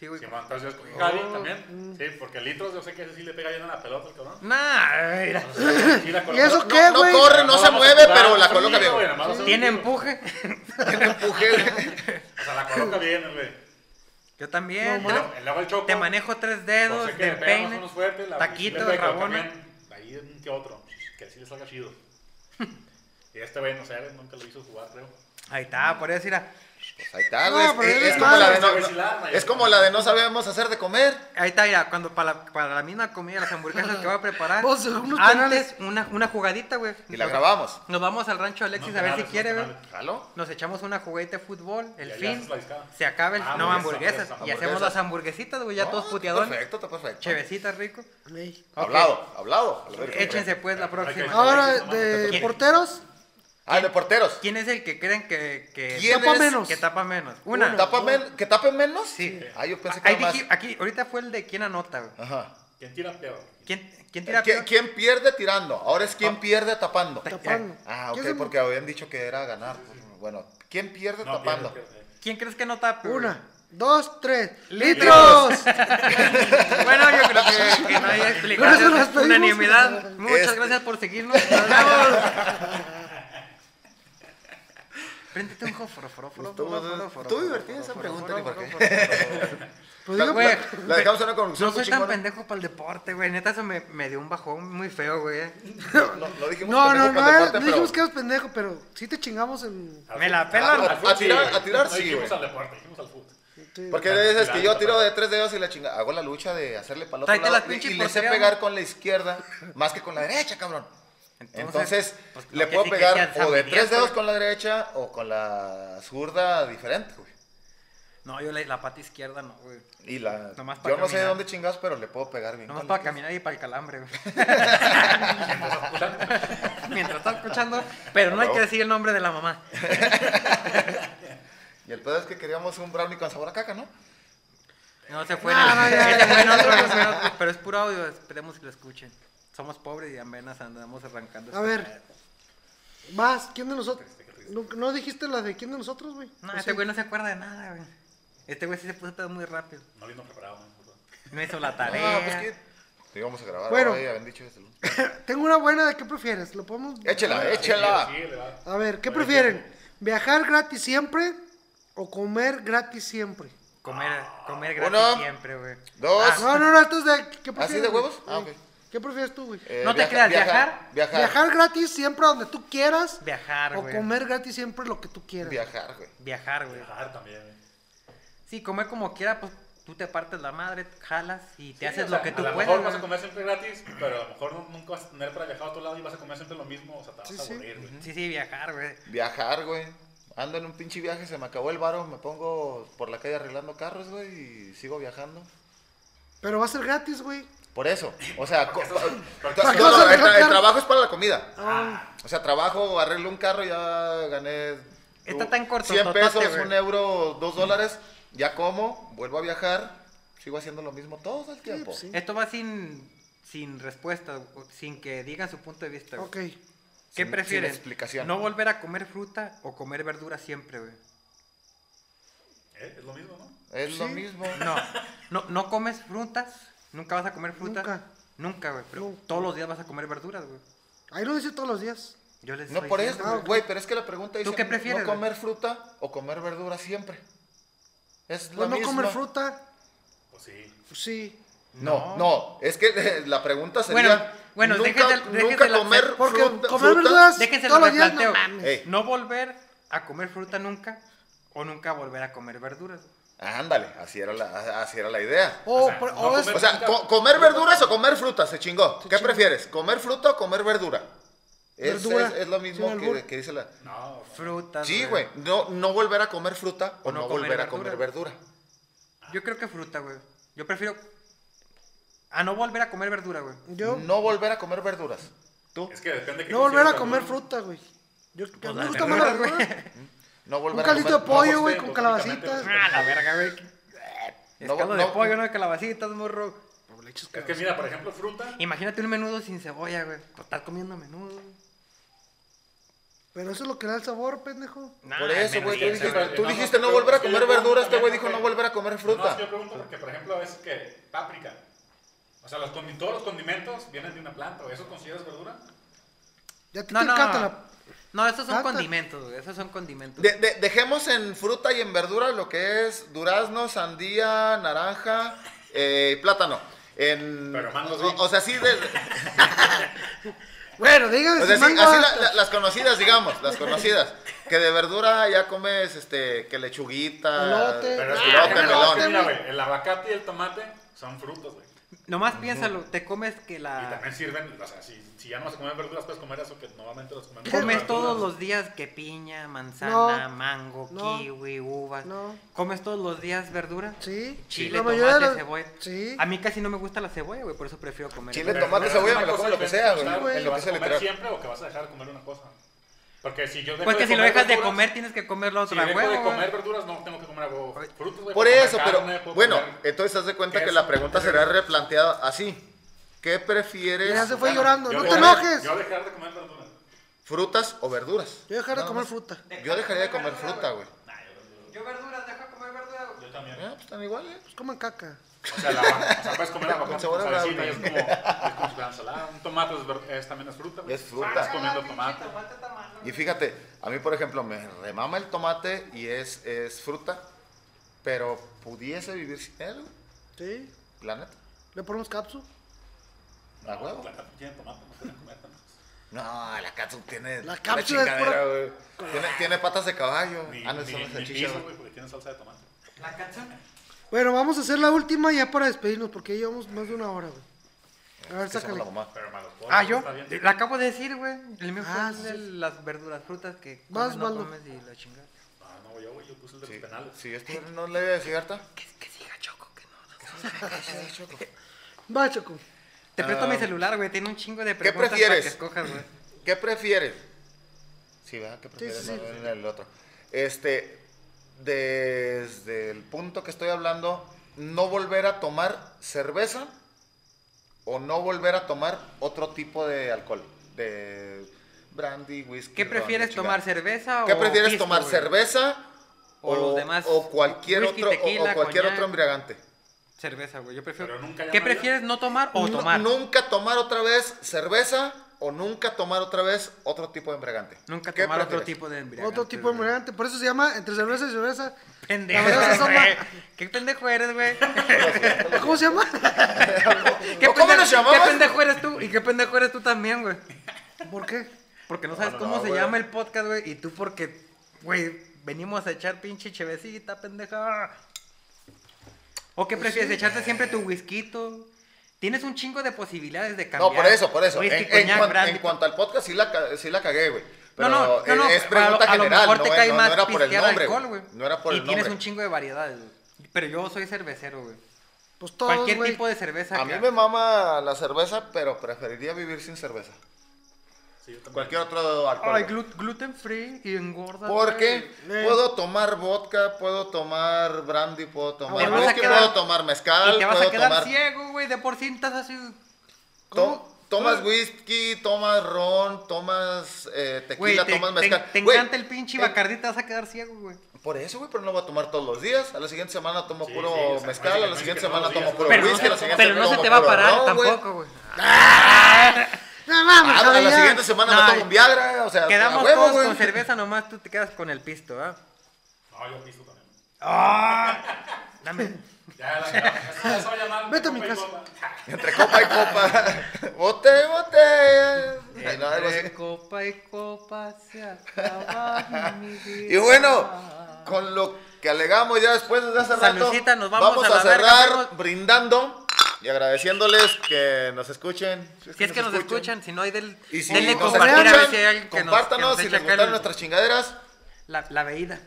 B: Sigo yo.
C: Simón, entonces yo escogí Javi también. Sí, porque litros, yo sé que ese sí le pega bien a la pelota, el cabrón.
B: Nah, mira.
C: Sí, la
D: ¿Y eso
C: coloca.
D: qué,
A: no
D: güey?
A: corre, no se
C: vamos a
A: mueve,
C: jugar,
A: pero la
C: hace un
A: coloca
C: tiro,
A: bien.
C: güey, nada más hace un
B: Tiene
C: tiro.
B: empuje.
A: Tiene empuje, güey.
C: O sea, la coloca bien, güey.
B: Yo también.
D: No,
B: yo-
C: El agua del choco.
B: Te manejo tres
C: no
B: dedos,
C: sé qué,
B: de
C: Pues le pega más o
B: peine,
C: menos fuerte, la
B: taquito,
C: bicicleta, pero
B: rabona.
C: también, Ahí es un que otro. Que sí le salga chido. Y este güey, no sé, nunca lo hizo jugar, creo.
B: Ahí está, por eso mira.
A: Pues ahí está,
D: No,
A: güey.
D: pero
A: es,
D: eres
A: es como la de
C: malo.
A: no, es como la de no sabemos hacer de comer.
B: Ahí está, mira, cuando para la, para la misma comida, las hamburguesas que voy a preparar.
D: Vos, unos
B: antes, una, una jugadita, güey.
A: Y la grabamos.
B: Nos vamos al rancho de Alexis
C: Unos
B: a ver si
C: tamales,
B: quiere,
C: unos
B: güey.
C: tamales.
A: ¿Jalo?
B: Nos echamos una jugueta de fútbol, el
C: Y ahí
B: fin.
C: haces mariscada.
B: Se acaba el.
C: Ah,
B: no, hamburguesas.
C: hamburguesas,
B: Y hacemos
A: hamburguesas.
B: las hamburguesitas, güey, ya
A: No,
B: todos
A: está
B: puteadones.
A: Perfecto, está perfecto.
B: Chevecitas rico.
D: Ey.
B: Ok.
A: Hablado, hablado. A la verga.
B: Échense pues la próxima.
D: Ahora,
C: Ahora
D: de
B: ¿Quién?
D: porteros,
A: Ah, de porteros.
B: ¿Quién es el que creen que, que,
A: ¿Quién
D: tapa
A: es?
D: menos.
B: que tapa menos? Una.
A: ¿Tapa men- ¿Que tapen menos?
B: Sí.
A: Ah, yo pensé que
B: Ahí
A: era más.
B: dije- aquí, ahorita fue el de quién anota, güey.
A: Ajá.
C: ¿Quién tira peor?
B: ¿Quién, quién tira
A: ¿Qui-
B: peor?
A: ¿Quién pierde tirando? Ahora es
B: Ah.
A: quién pierde tapando.
D: tapando.
A: Ah,
D: ¿Quién es
A: ok,
D: el-
A: porque habían dicho que era ganar. Bueno, ¿quién pierde
C: No,
A: tapando?
C: pierde, pierde.
B: ¿Quién crees que no tapa? güey?
D: Una, dos, tres.
B: Litros.
D: ¡Litros!
B: Bueno, yo creo que, que no hay
D: Con eso nos
B: explicación.
D: pedimos.
B: Unanimidad. Muchas
A: Este.
B: gracias por seguirnos. Nos vemos. Préndete un jofro, foro, foro,
A: Estuvo-
B: foro, foro, foro,
A: estuvo
B: foro,
A: divertida
B: foro,
A: esa
B: foro,
A: pregunta,
B: foro,
A: ni por
B: foro,
A: qué.
B: foro, foro.
D: Pues
A: La,
D: digo,
B: Güey,
A: la- la dejamos en una conclusión
B: No soy
A: muy
B: tan
A: chingona.
B: pendejo para el deporte, güey. Neta, eso me, me dio un bajón muy feo, güey.
A: No, no, no dijimos pendejo
D: no, no,
A: para
D: no,
A: el
D: era-
A: deporte,
D: no
A: pero-
D: dijimos que eras pendejo, pero sí te chingamos en...
C: Al
B: Me la
C: fútbol.
B: pelan.
C: Al
A: A- a
C: fútbol,
A: tirar-
C: sí.
A: a tirar,
C: No
A: sí,
C: dijimos
A: güey.
C: al deporte, dijimos al fútbol.
D: sí.
A: Porque le dices que yo
C: Tirando,
A: tiro
C: tapando.
A: de tres dedos y la chinga. Hago la lucha de hacerle palo
B: Tráete la pinche
A: y le sé
B: portería,
A: pegar
B: ¿no?
A: con la izquierda más que con la derecha, cabrón. Entonces,
B: pues, lo
A: le
B: que
A: puedo
B: sí que
A: pegar
B: sea
A: o de
B: San
A: tres
B: Miguel,
A: dedos
B: güey.
A: con la derecha o con la zurda diferente, güey.
B: No, yo la, la pata izquierda no, güey.
A: Y la.
B: Nomás pa'
A: yo no sé de
B: caminar.
A: dónde chingas, pero le puedo pegar bien.
B: Nomás
A: con la
B: para
A: izquierda.
B: caminar y para el calambre, güey. Mientras está escuchando, pero no hay que decir el nombre de la mamá.
A: Y el pedo es que queríamos un brownie con sabor a caca, ¿no?
B: No se fue. en
D: No,
B: el-
D: no, ya,
B: ese
D: ya,
B: fue en
D: ya,
B: otro,
D: ya.
B: ese fue en otro, pero es puro audio, esperemos que lo escuchen. Somos pobres y apenas andamos arrancando.
D: A ver, más, ¿quién de nosotros? No, no dijiste la de quién de nosotros, güey?
B: No, este
D: ¿O Pues sí?
B: güey no se acuerda de nada, güey. Este güey sí se puso pedo muy rápido.
C: No vino preparado, no importa.
B: No hizo la
A: Ah, pues
B: tarea.
A: que. Te íbamos a grabar.
D: Bueno.
A: Bueno. habían dicho desde el lunes.
D: Tengo una buena de qué prefieres, lo podemos...
A: Échela, échela.
C: Sí, sí, le va.
D: A ver, ¿qué
C: Bueno,
D: prefieren? ¿Viajar gratis siempre o comer gratis siempre?
B: Comer, comer gratis
A: Uno,
B: siempre, güey.
A: dos.
B: Ah,
D: No, no, no, esto es de... ¿Qué prefieres?
A: ¿Así de
D: güey?
A: huevos? Ah, ok.
D: ¿Qué prefieres tú, güey?
A: Eh,
B: No te creas, ¿viajar?
A: Viajar.
D: Viajar gratis siempre a donde tú quieras.
B: Viajar,
D: o
B: güey.
D: comer gratis siempre lo que tú quieras.
A: Viajar, güey.
B: Viajar, güey.
C: Viajar también. güey.
B: Sí, comer como quiera, pues tú te partes la madre, jalas y te
C: Sí,
B: haces
C: o sea,
B: lo que tú
C: A lo
B: puedes.
C: mejor vas a
B: güey.
C: comer siempre gratis, pero a lo mejor no- nunca vas a tener para viajar a otro lado y vas a comer siempre lo mismo. O sea, te vas
D: Sí,
C: a
D: sí.
C: aburrir, güey.
B: Sí, sí, viajar, güey.
A: Viajar, güey. Ando en un pinche viaje, se me acabó el varo, me pongo por la calle arreglando carros, güey, y sigo viajando.
D: Pero va a ser gratis, güey.
A: Por eso, o sea, co-
C: porque
A: no,
D: estás-
A: no,
D: porque
A: el,
D: estás-
A: tra- el trabajo es para la comida.
D: Ah,
A: O sea, trabajo, arreglo un carro, ya gané
B: Está
A: uh,
B: tan corto,
A: 100
B: totote,
A: pesos,
B: güey.
A: un euro, dos dólares, ya como, vuelvo a viajar, sigo haciendo lo mismo todo el tiempo.
D: sí.
B: Esto va sin, sin respuesta, o- sin que digan su punto de vista. güey.
D: ok.
B: ¿Qué
A: Sin-
B: prefieren?
A: sin explicación.
B: ¿No volver a comer fruta o comer verdura siempre, güey?
C: Eh, Es lo mismo, ¿no?
A: Es lo
D: Sí.
A: mismo.
B: No, no, no comes frutas, nunca vas a comer frutas.
D: Nunca.
B: Nunca, güey. Pero
D: Nunca.
B: todos los días vas a comer verduras, güey.
D: Ahí lo dice todos los días.
B: Yo les
A: No
B: estoy
A: por
B: diciendo,
A: eso, güey, pero es que la pregunta
B: ¿Tú
A: dice,
B: qué prefieres,
A: ¿no
B: güey?
A: comer fruta o comer verdura siempre? Es
D: Pues
A: la
D: no comer
A: misma.
D: fruta,
C: Pues sí.
D: pues sí.
B: No.
A: No, no, es que eh, la pregunta sería
B: Bueno, bueno,
A: nunca,
B: déjate-
A: nunca
B: déjate la-
A: comer
D: Porque
A: fruta-
D: comer
A: fruta-
D: verduras
B: Déjense
D: todos
B: lo
D: los días, no
B: replanteo.
D: mames.
A: Ey.
B: No volver a comer fruta nunca o nunca volver a comer verduras.
A: Ándale, así era la, así era la idea.
D: O,
C: O sea,
D: por-
C: no
D: o
C: comer-
D: es-
A: O sea, co- comer verduras o comer fruta, se chingó. ¿Qué
D: chingó.
A: prefieres? ¿Comer fruta o comer verdura? Es,
D: Verdura,
A: es- es lo
D: sin
A: mismo
D: albur. Ah,
A: que, que dice la.
C: No,
B: Frutas.
A: Sí, güey. No, no volver a comer fruta o,
B: O no
A: no,
B: comer
A: volver a comer
B: verdura.
A: verdura.
B: Yo creo que fruta, güey. Yo prefiero a no volver a comer verdura, güey.
D: yo
A: No volver a comer verduras. ¿Tú?
C: Es que depende que
D: no volver a comer fruta, güey. Yo a mí me
B: las
D: gusta más la
B: verduras,
D: verdura.
A: No volver
D: Un
A: a
D: caldito
A: comer-
D: de pollo,
C: no,
D: güey,
C: usted,
D: con
C: lógicamente,
D: calabacitas.
C: usted.
B: Ah, la verga, güey. Es
A: No,
B: caldo de
A: no.
B: pollo, no de calabacitas, morro.
C: Es que mira, por ejemplo, fruta.
B: Imagínate un menudo sin cebolla, güey. Pues estás comiendo menudo.
D: Pero eso es lo que le da el sabor, pendejo.
B: Nah,
A: Por eso,
B: menos
A: güey. Tú
B: diez,
A: dijiste,
B: güey.
C: güey.
A: tú
C: No,
A: dijiste no
C: pero
A: volver a
C: es que yo
A: comer
C: como
A: verduras. Este
C: también,
A: güey dijo
C: güey.
A: no volver a comer
C: No, es
A: fruta.
C: que yo pregunto porque, por ejemplo, a veces que páprica. O sea, los condi- todos los condimentos vienen de una planta. ¿Eso consideras verdura?
D: Ya te,
B: No,
D: te
B: no,
D: encanta
B: no.
D: la...
B: No, esos son
D: Plata.
B: condimentos, güey. Esos son condimentos.
A: De- de- dejemos en fruta y en verdura lo que es durazno, sandía, naranja, eh, plátano. En,
C: Pero mango sí.
A: o, o sea, sí, de-
D: Bueno, dígame
A: o sea, sí,
D: si Pues mango
A: así
D: hasta-
A: la- la- las conocidas, digamos, las conocidas. que de verdura ya comes este, que lechuguita,
D: Elote.
C: Pero es
A: ah,
C: que
A: elote,
C: el
A: melón.
C: aguacate, mira, güey, el aguacate y el tomate son frutos, güey.
B: Nomás piénsalo, te comes que
C: Y
B: la...
C: también sirven, o sea, si, si ya no vas a comer verduras, puedes comer eso que normalmente los comemos.
B: Comes
C: verduras.
B: todos los días que piña, manzana, mango,
D: no,
B: kiwi, uvas.
D: no.
B: ¿Comes todos los días verdura?
D: Sí.
B: Chile,
D: la mayoría de
B: tomate,
D: las-
B: cebolla.
D: Sí.
B: A mí casi no me gusta la cebolla, güey, por eso prefiero comer.
A: Chile,
C: Pero
A: tomate,
C: no es
A: cebolla,
C: una
A: me lo
C: cosa
A: como lo que
C: diferente,
A: sea, güey,
C: claro,
A: en lo
C: ¿que
A: que
C: vas a
A: sea
C: comer
A: literal.
C: siempre o que vas a dejar de comer una cosa? Porque si yo dejo
B: Pues que
C: de
B: si lo
C: comer
B: dejas de
C: verduras-
B: comer tienes que comer la
C: Si
B: otra, eh.
C: dejo
B: güey.
C: de comer verduras, no tengo que comer a huevo frutas,
A: Por
C: güey. puedo comer
A: eso, pero
C: carne, puedo
A: bueno,
C: comer-
A: entonces haz de cuenta que
C: queso,
A: la pregunta
C: puedo
A: será
C: comer-
A: replanteada así. ¿Qué
D: Ya se
A: prefieres,
D: fue llorando.
C: yo
D: No te
C: dejar-
D: enojes.
C: Yo dejar de comer verduras.
A: frutas o verduras?
D: Yo dejar de
A: Nada
D: comer
A: más.
D: fruta. Pues
A: Yo dejaría de comer fruta, güey.
B: Yo verduras, dejo de comer verduras.
C: Yo también.
A: Eh, pues están iguales.
D: Pues coman caca.
C: O sea, la, o sea, puedes comer
A: Con
C: aguacate
A: sabor
C: con
A: a
C: salecita y es
A: brownie.
C: como, es como si fuera ensalada. Un tomate es, ver- es- también es fruta. güey.
A: Es fruta.
C: Estás comiendo tomate.
A: Y fíjate, a mí, por ejemplo, me remama el tomate y es, es fruta, pero pudiese vivir sin él, güey,
D: Sí.
A: la neta.
D: Le ponemos capsu.
A: A huevo.
C: La carne tiene tomate, no pueden comer tanto.
A: No, la cápsula tiene.
D: La
A: pura
D: cápsula es pura-
A: chingadera, güey. Tiene, tiene patas de caballo.
C: Ni,
A: ah, no,
C: ni,
A: son las
C: ni
A: salchichas,
C: piso,
A: güey.
C: güey, porque tiene salsa de tomate.
B: La canción.
D: Bueno, vamos a hacer la última ya para despedirnos porque ya llevamos más de una hora, güey. A ver,
A: Que somos
D: sácale.
A: la mamá.
C: Pero malos pollos,
B: Ah, yo.
C: está bien.
B: La acabo de decir, güey. El mío
D: Ah,
B: fue el de
D: sí.
B: las verduras, frutas que
D: Vas,
B: comes, no
D: Osvaldo.
B: comes y la chingada.
C: Ah, no, yo, güey, yo puse el de
A: Sí,
C: los penales.
A: sí, esto no le voy a decir harta.
B: Que, que siga Choco, que no.
D: Va, Choco.
B: Te presto mi celular, güey. Tiene un chingo de preguntas para
A: Ah. prefieres?
B: que escojas, güey.
A: ¿Qué prefieres? Sí, ¿verdad? ¿Qué prefieres?
D: sí,
A: No,
D: sí.
A: no, no, el otro. Este, desde el punto que estoy hablando, no volver a tomar cerveza o no volver a tomar otro tipo de alcohol, de brandy, whisky.
B: ¿Qué
A: ron,
B: prefieres
A: la
B: tomar,
A: chingada.
B: cerveza o
A: ¿Qué prefieres
B: pisco,
A: tomar,
B: güey?
A: cerveza
B: O los demás,
A: o cualquier
B: whisky,
A: otro o- o,
B: tequila,
A: cualquier
B: coñac.
A: otro embriagante?
B: Cerveza, güey. Yo prefiero.
C: Pero nunca
B: ¿Qué
C: llamaría.
B: prefieres no tomar o
A: Nu-
B: tomar?
A: Nunca tomar otra vez cerveza o nunca tomar otra vez otro tipo de embriagante.
B: Nunca
A: ¿Qué
B: tomar otro
A: prefieres?
B: tipo de embriagante.
D: Otro tipo de
B: güey.
D: embriagante. Por eso se llama entre cerveza y cerveza.
B: Pendejo.
D: La verdad, eso
B: güey.
D: no-
B: ¿Qué pendejo eres, güey?
D: ¿Cómo se llama?
B: ¿Qué
A: ¿O cómo
B: pendejo-
A: nos llamabas?
B: ¿Qué pendejo eres tú? ¿Y qué pendejo eres tú también, güey?
D: ¿Por qué?
B: Porque no sabes
A: No, no,
B: cómo se
A: güey.
B: llama el podcast, güey. Y tú porque, güey, venimos a echar pinche chevecita, pendeja. ¿O qué prefieres? ¿Echarte siempre tu whisky? Tienes un chingo de posibilidades de cambiar.
A: No, por eso, por eso. En,
B: Whisky,
A: en
B: coñac,
A: cuan-
B: brandy.
A: en cuanto al podcast, sí la, ca- sí la cagué, güey. Pero eh,
B: no, no, no, no,
A: es
B: a lo-
A: pregunta
B: a lo,
A: general,
B: mejor
A: no,
B: te
A: eh,
B: cae
A: no,
B: más
A: no era por el
B: pistear
A: nombre,
B: alcohol,
A: güey.
B: güey.
A: No era por
B: y
A: el nombre.
B: tienes un chingo de variedades, güey. Pero yo soy cervecero, güey.
D: Pues todos,
B: Cualquier
D: güey.
B: tipo de cerveza.
A: A mí
B: acá.
A: me mama la cerveza, pero preferiría vivir sin cerveza.
C: Sí, yo también.
A: Cualquier otro alcohol.
B: Ay,
A: güey.
B: glu- gluten free y engorda.
A: Porque
D: Eh.
A: puedo tomar vodka, puedo tomar brandy,
B: Ah,
A: puedo tomar
D: te vas a
A: whisky,
B: quedar-
A: puedo tomar
B: güey.
A: mezcal,
B: Y te vas
A: puedo
B: a quedar
A: tomar...
B: ciego, güey. De por sí estás así.
A: To-
B: ¿Cómo?
A: tomas
B: ¿Cómo?
A: whisky, tomas ron, tomas eh,
B: Güey,
A: tequila,
B: te,
A: tomas
B: te-
A: mezcal.
B: te
A: Güey,
B: encanta el pinche
A: eh,
B: Bacardi, te vas a quedar ciego, güey.
A: Por eso, güey, pero no voy a tomar todos los días. A la siguiente semana tomo
C: Sí,
A: puro
C: sí, o sea, no
A: mezcal,
C: es-
A: a
C: no
A: la
C: es
A: siguiente
C: que todos
A: semana
C: los días,
A: tomo puro
B: Pero no,
A: whisky,
B: se,
A: a la siguiente
B: pero no se
A: tomo
B: te va a
A: puro
B: parar
A: ron, güey.
B: tampoco, güey.
D: No mames,
A: Ah, a la
D: Javier.
A: siguiente semana
B: No,
A: me tomo un Viagra, o sea,
B: Quedamos
A: a huevo,
B: todos
A: güey.
B: con cerveza, nomás tú te quedas con el pisto, ¿ah?
C: No, yo piso también.
B: Dame.
C: Ya, la ya, ya se va a llamar.
D: Vete a mi
C: Copa y
D: casa.
C: Copa.
A: Entre copa y copa. bote, bote. No, algo así.
B: Entre copa y copa se acaba mi vida.
A: Y bueno, con lo que alegamos ya después de hace rato,
B: Saludcita, nos vamos a la
A: cerrar
B: verga, perros.
A: brindando y agradeciéndoles que nos escuchen.
B: Si es que nos escuchan, si no hay del.
A: Y si
B: denle
A: nos
B: compartir a ver
A: escuchan,
B: si hay alguien que nos- que
A: compártanos
B: nos
A: si
B: echa
A: les
B: acá
A: gustaron
B: el-
A: nuestras chingaderas.
B: La, la veída.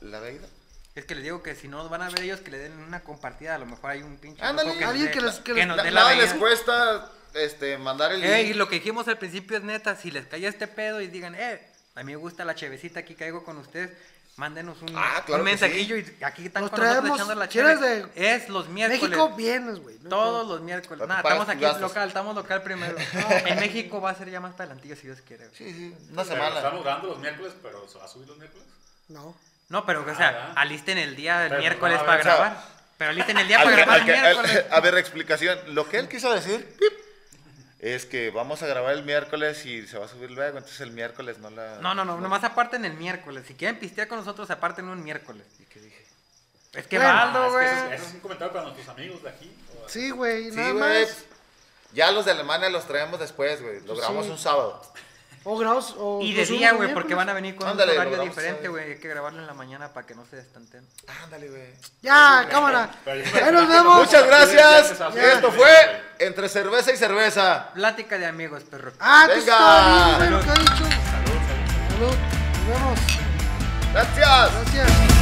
A: La veída.
B: Es que les digo que si no nos van a ver ellos, que le den una compartida. A lo mejor hay un pinche.
A: Ándale,
B: loco
D: alguien
B: dé-
D: que les- que les-
B: nos
A: Na-
B: dé la
A: nada les
B: veída.
A: cuesta este, mandar el
B: Eh,
A: link.
B: y lo que dijimos al principio es neta. Si les cae este pedo y digan, eh, a mí me gusta la chevecita, aquí caigo con ustedes. Mándenos un,
A: Ah, claro
B: un
A: que
B: mensajillo y aquí están
D: Nos
B: con nosotros
D: traemos,
B: echando la
D: ¿quieres
B: cheve. Es los miércoles.
D: México, vienes, güey. ¿no?
B: Todos los miércoles.
A: Para
B: Nada,
A: que pagues
B: estamos
A: tus
B: aquí
A: gastos.
B: local, estamos local primero. en México va a ser ya más talentillo si Dios quiere. güey.
A: Sí, sí, una
C: Pero
A: semana.
C: Estamos grabando los miércoles, pero ¿se va a subir los miércoles?
D: No.
B: No, pero, o
C: Ah,
B: sea,
C: ¿verdad?
B: alisten el día del
C: Pero,
B: miércoles
A: ah,
C: no,
B: para
C: o sea,
B: grabar. Pero alisten el día
A: Al
B: para
A: que-
B: grabar
A: al
B: el
A: que- al-
B: miércoles.
A: a ver, explicación. Lo que él quiso decir pip, es que vamos a grabar el miércoles y se va a subir luego, entonces el miércoles no la...
B: No, no, no, nomás aparten el miércoles. Si quieren pistear con nosotros, aparten un miércoles.
A: ¿Y qué dije?
B: Es que
D: Bueno,
B: Valdo,
C: Ah,
B: güey.
C: es que eso, es- eso es un comentario para nuestros amigos de aquí. o-
D: Sí, güey,
A: Sí,
D: nada
A: güey.
D: más.
A: Ya los de Alemania los traemos después, güey. Lo grabamos
D: Sí.
A: un sábado.
D: O grados. O
B: Y
D: los
B: de
D: subes
B: día,
D: el
B: güey, porque
D: pues, miércoles.
B: van a venir con
A: Ándale,
B: un
A: lo
B: horario
A: grabamos,
B: diferente,
A: ¿sabes?
B: güey. Hay que grabarlo en la mañana para que no se destanten.
A: Ándale, güey.
D: Ya, cámara. Ahí nos vemos.
A: Muchas gracias.
C: Ya.
A: Esto fue Entre Cerveza y Cerveza.
B: Plática de amigos, perro.
D: Ah, que
A: Venga.
D: está bien, güey, lo que ha dicho. Salud, nos vemos.
A: Gracias.
D: Gracias.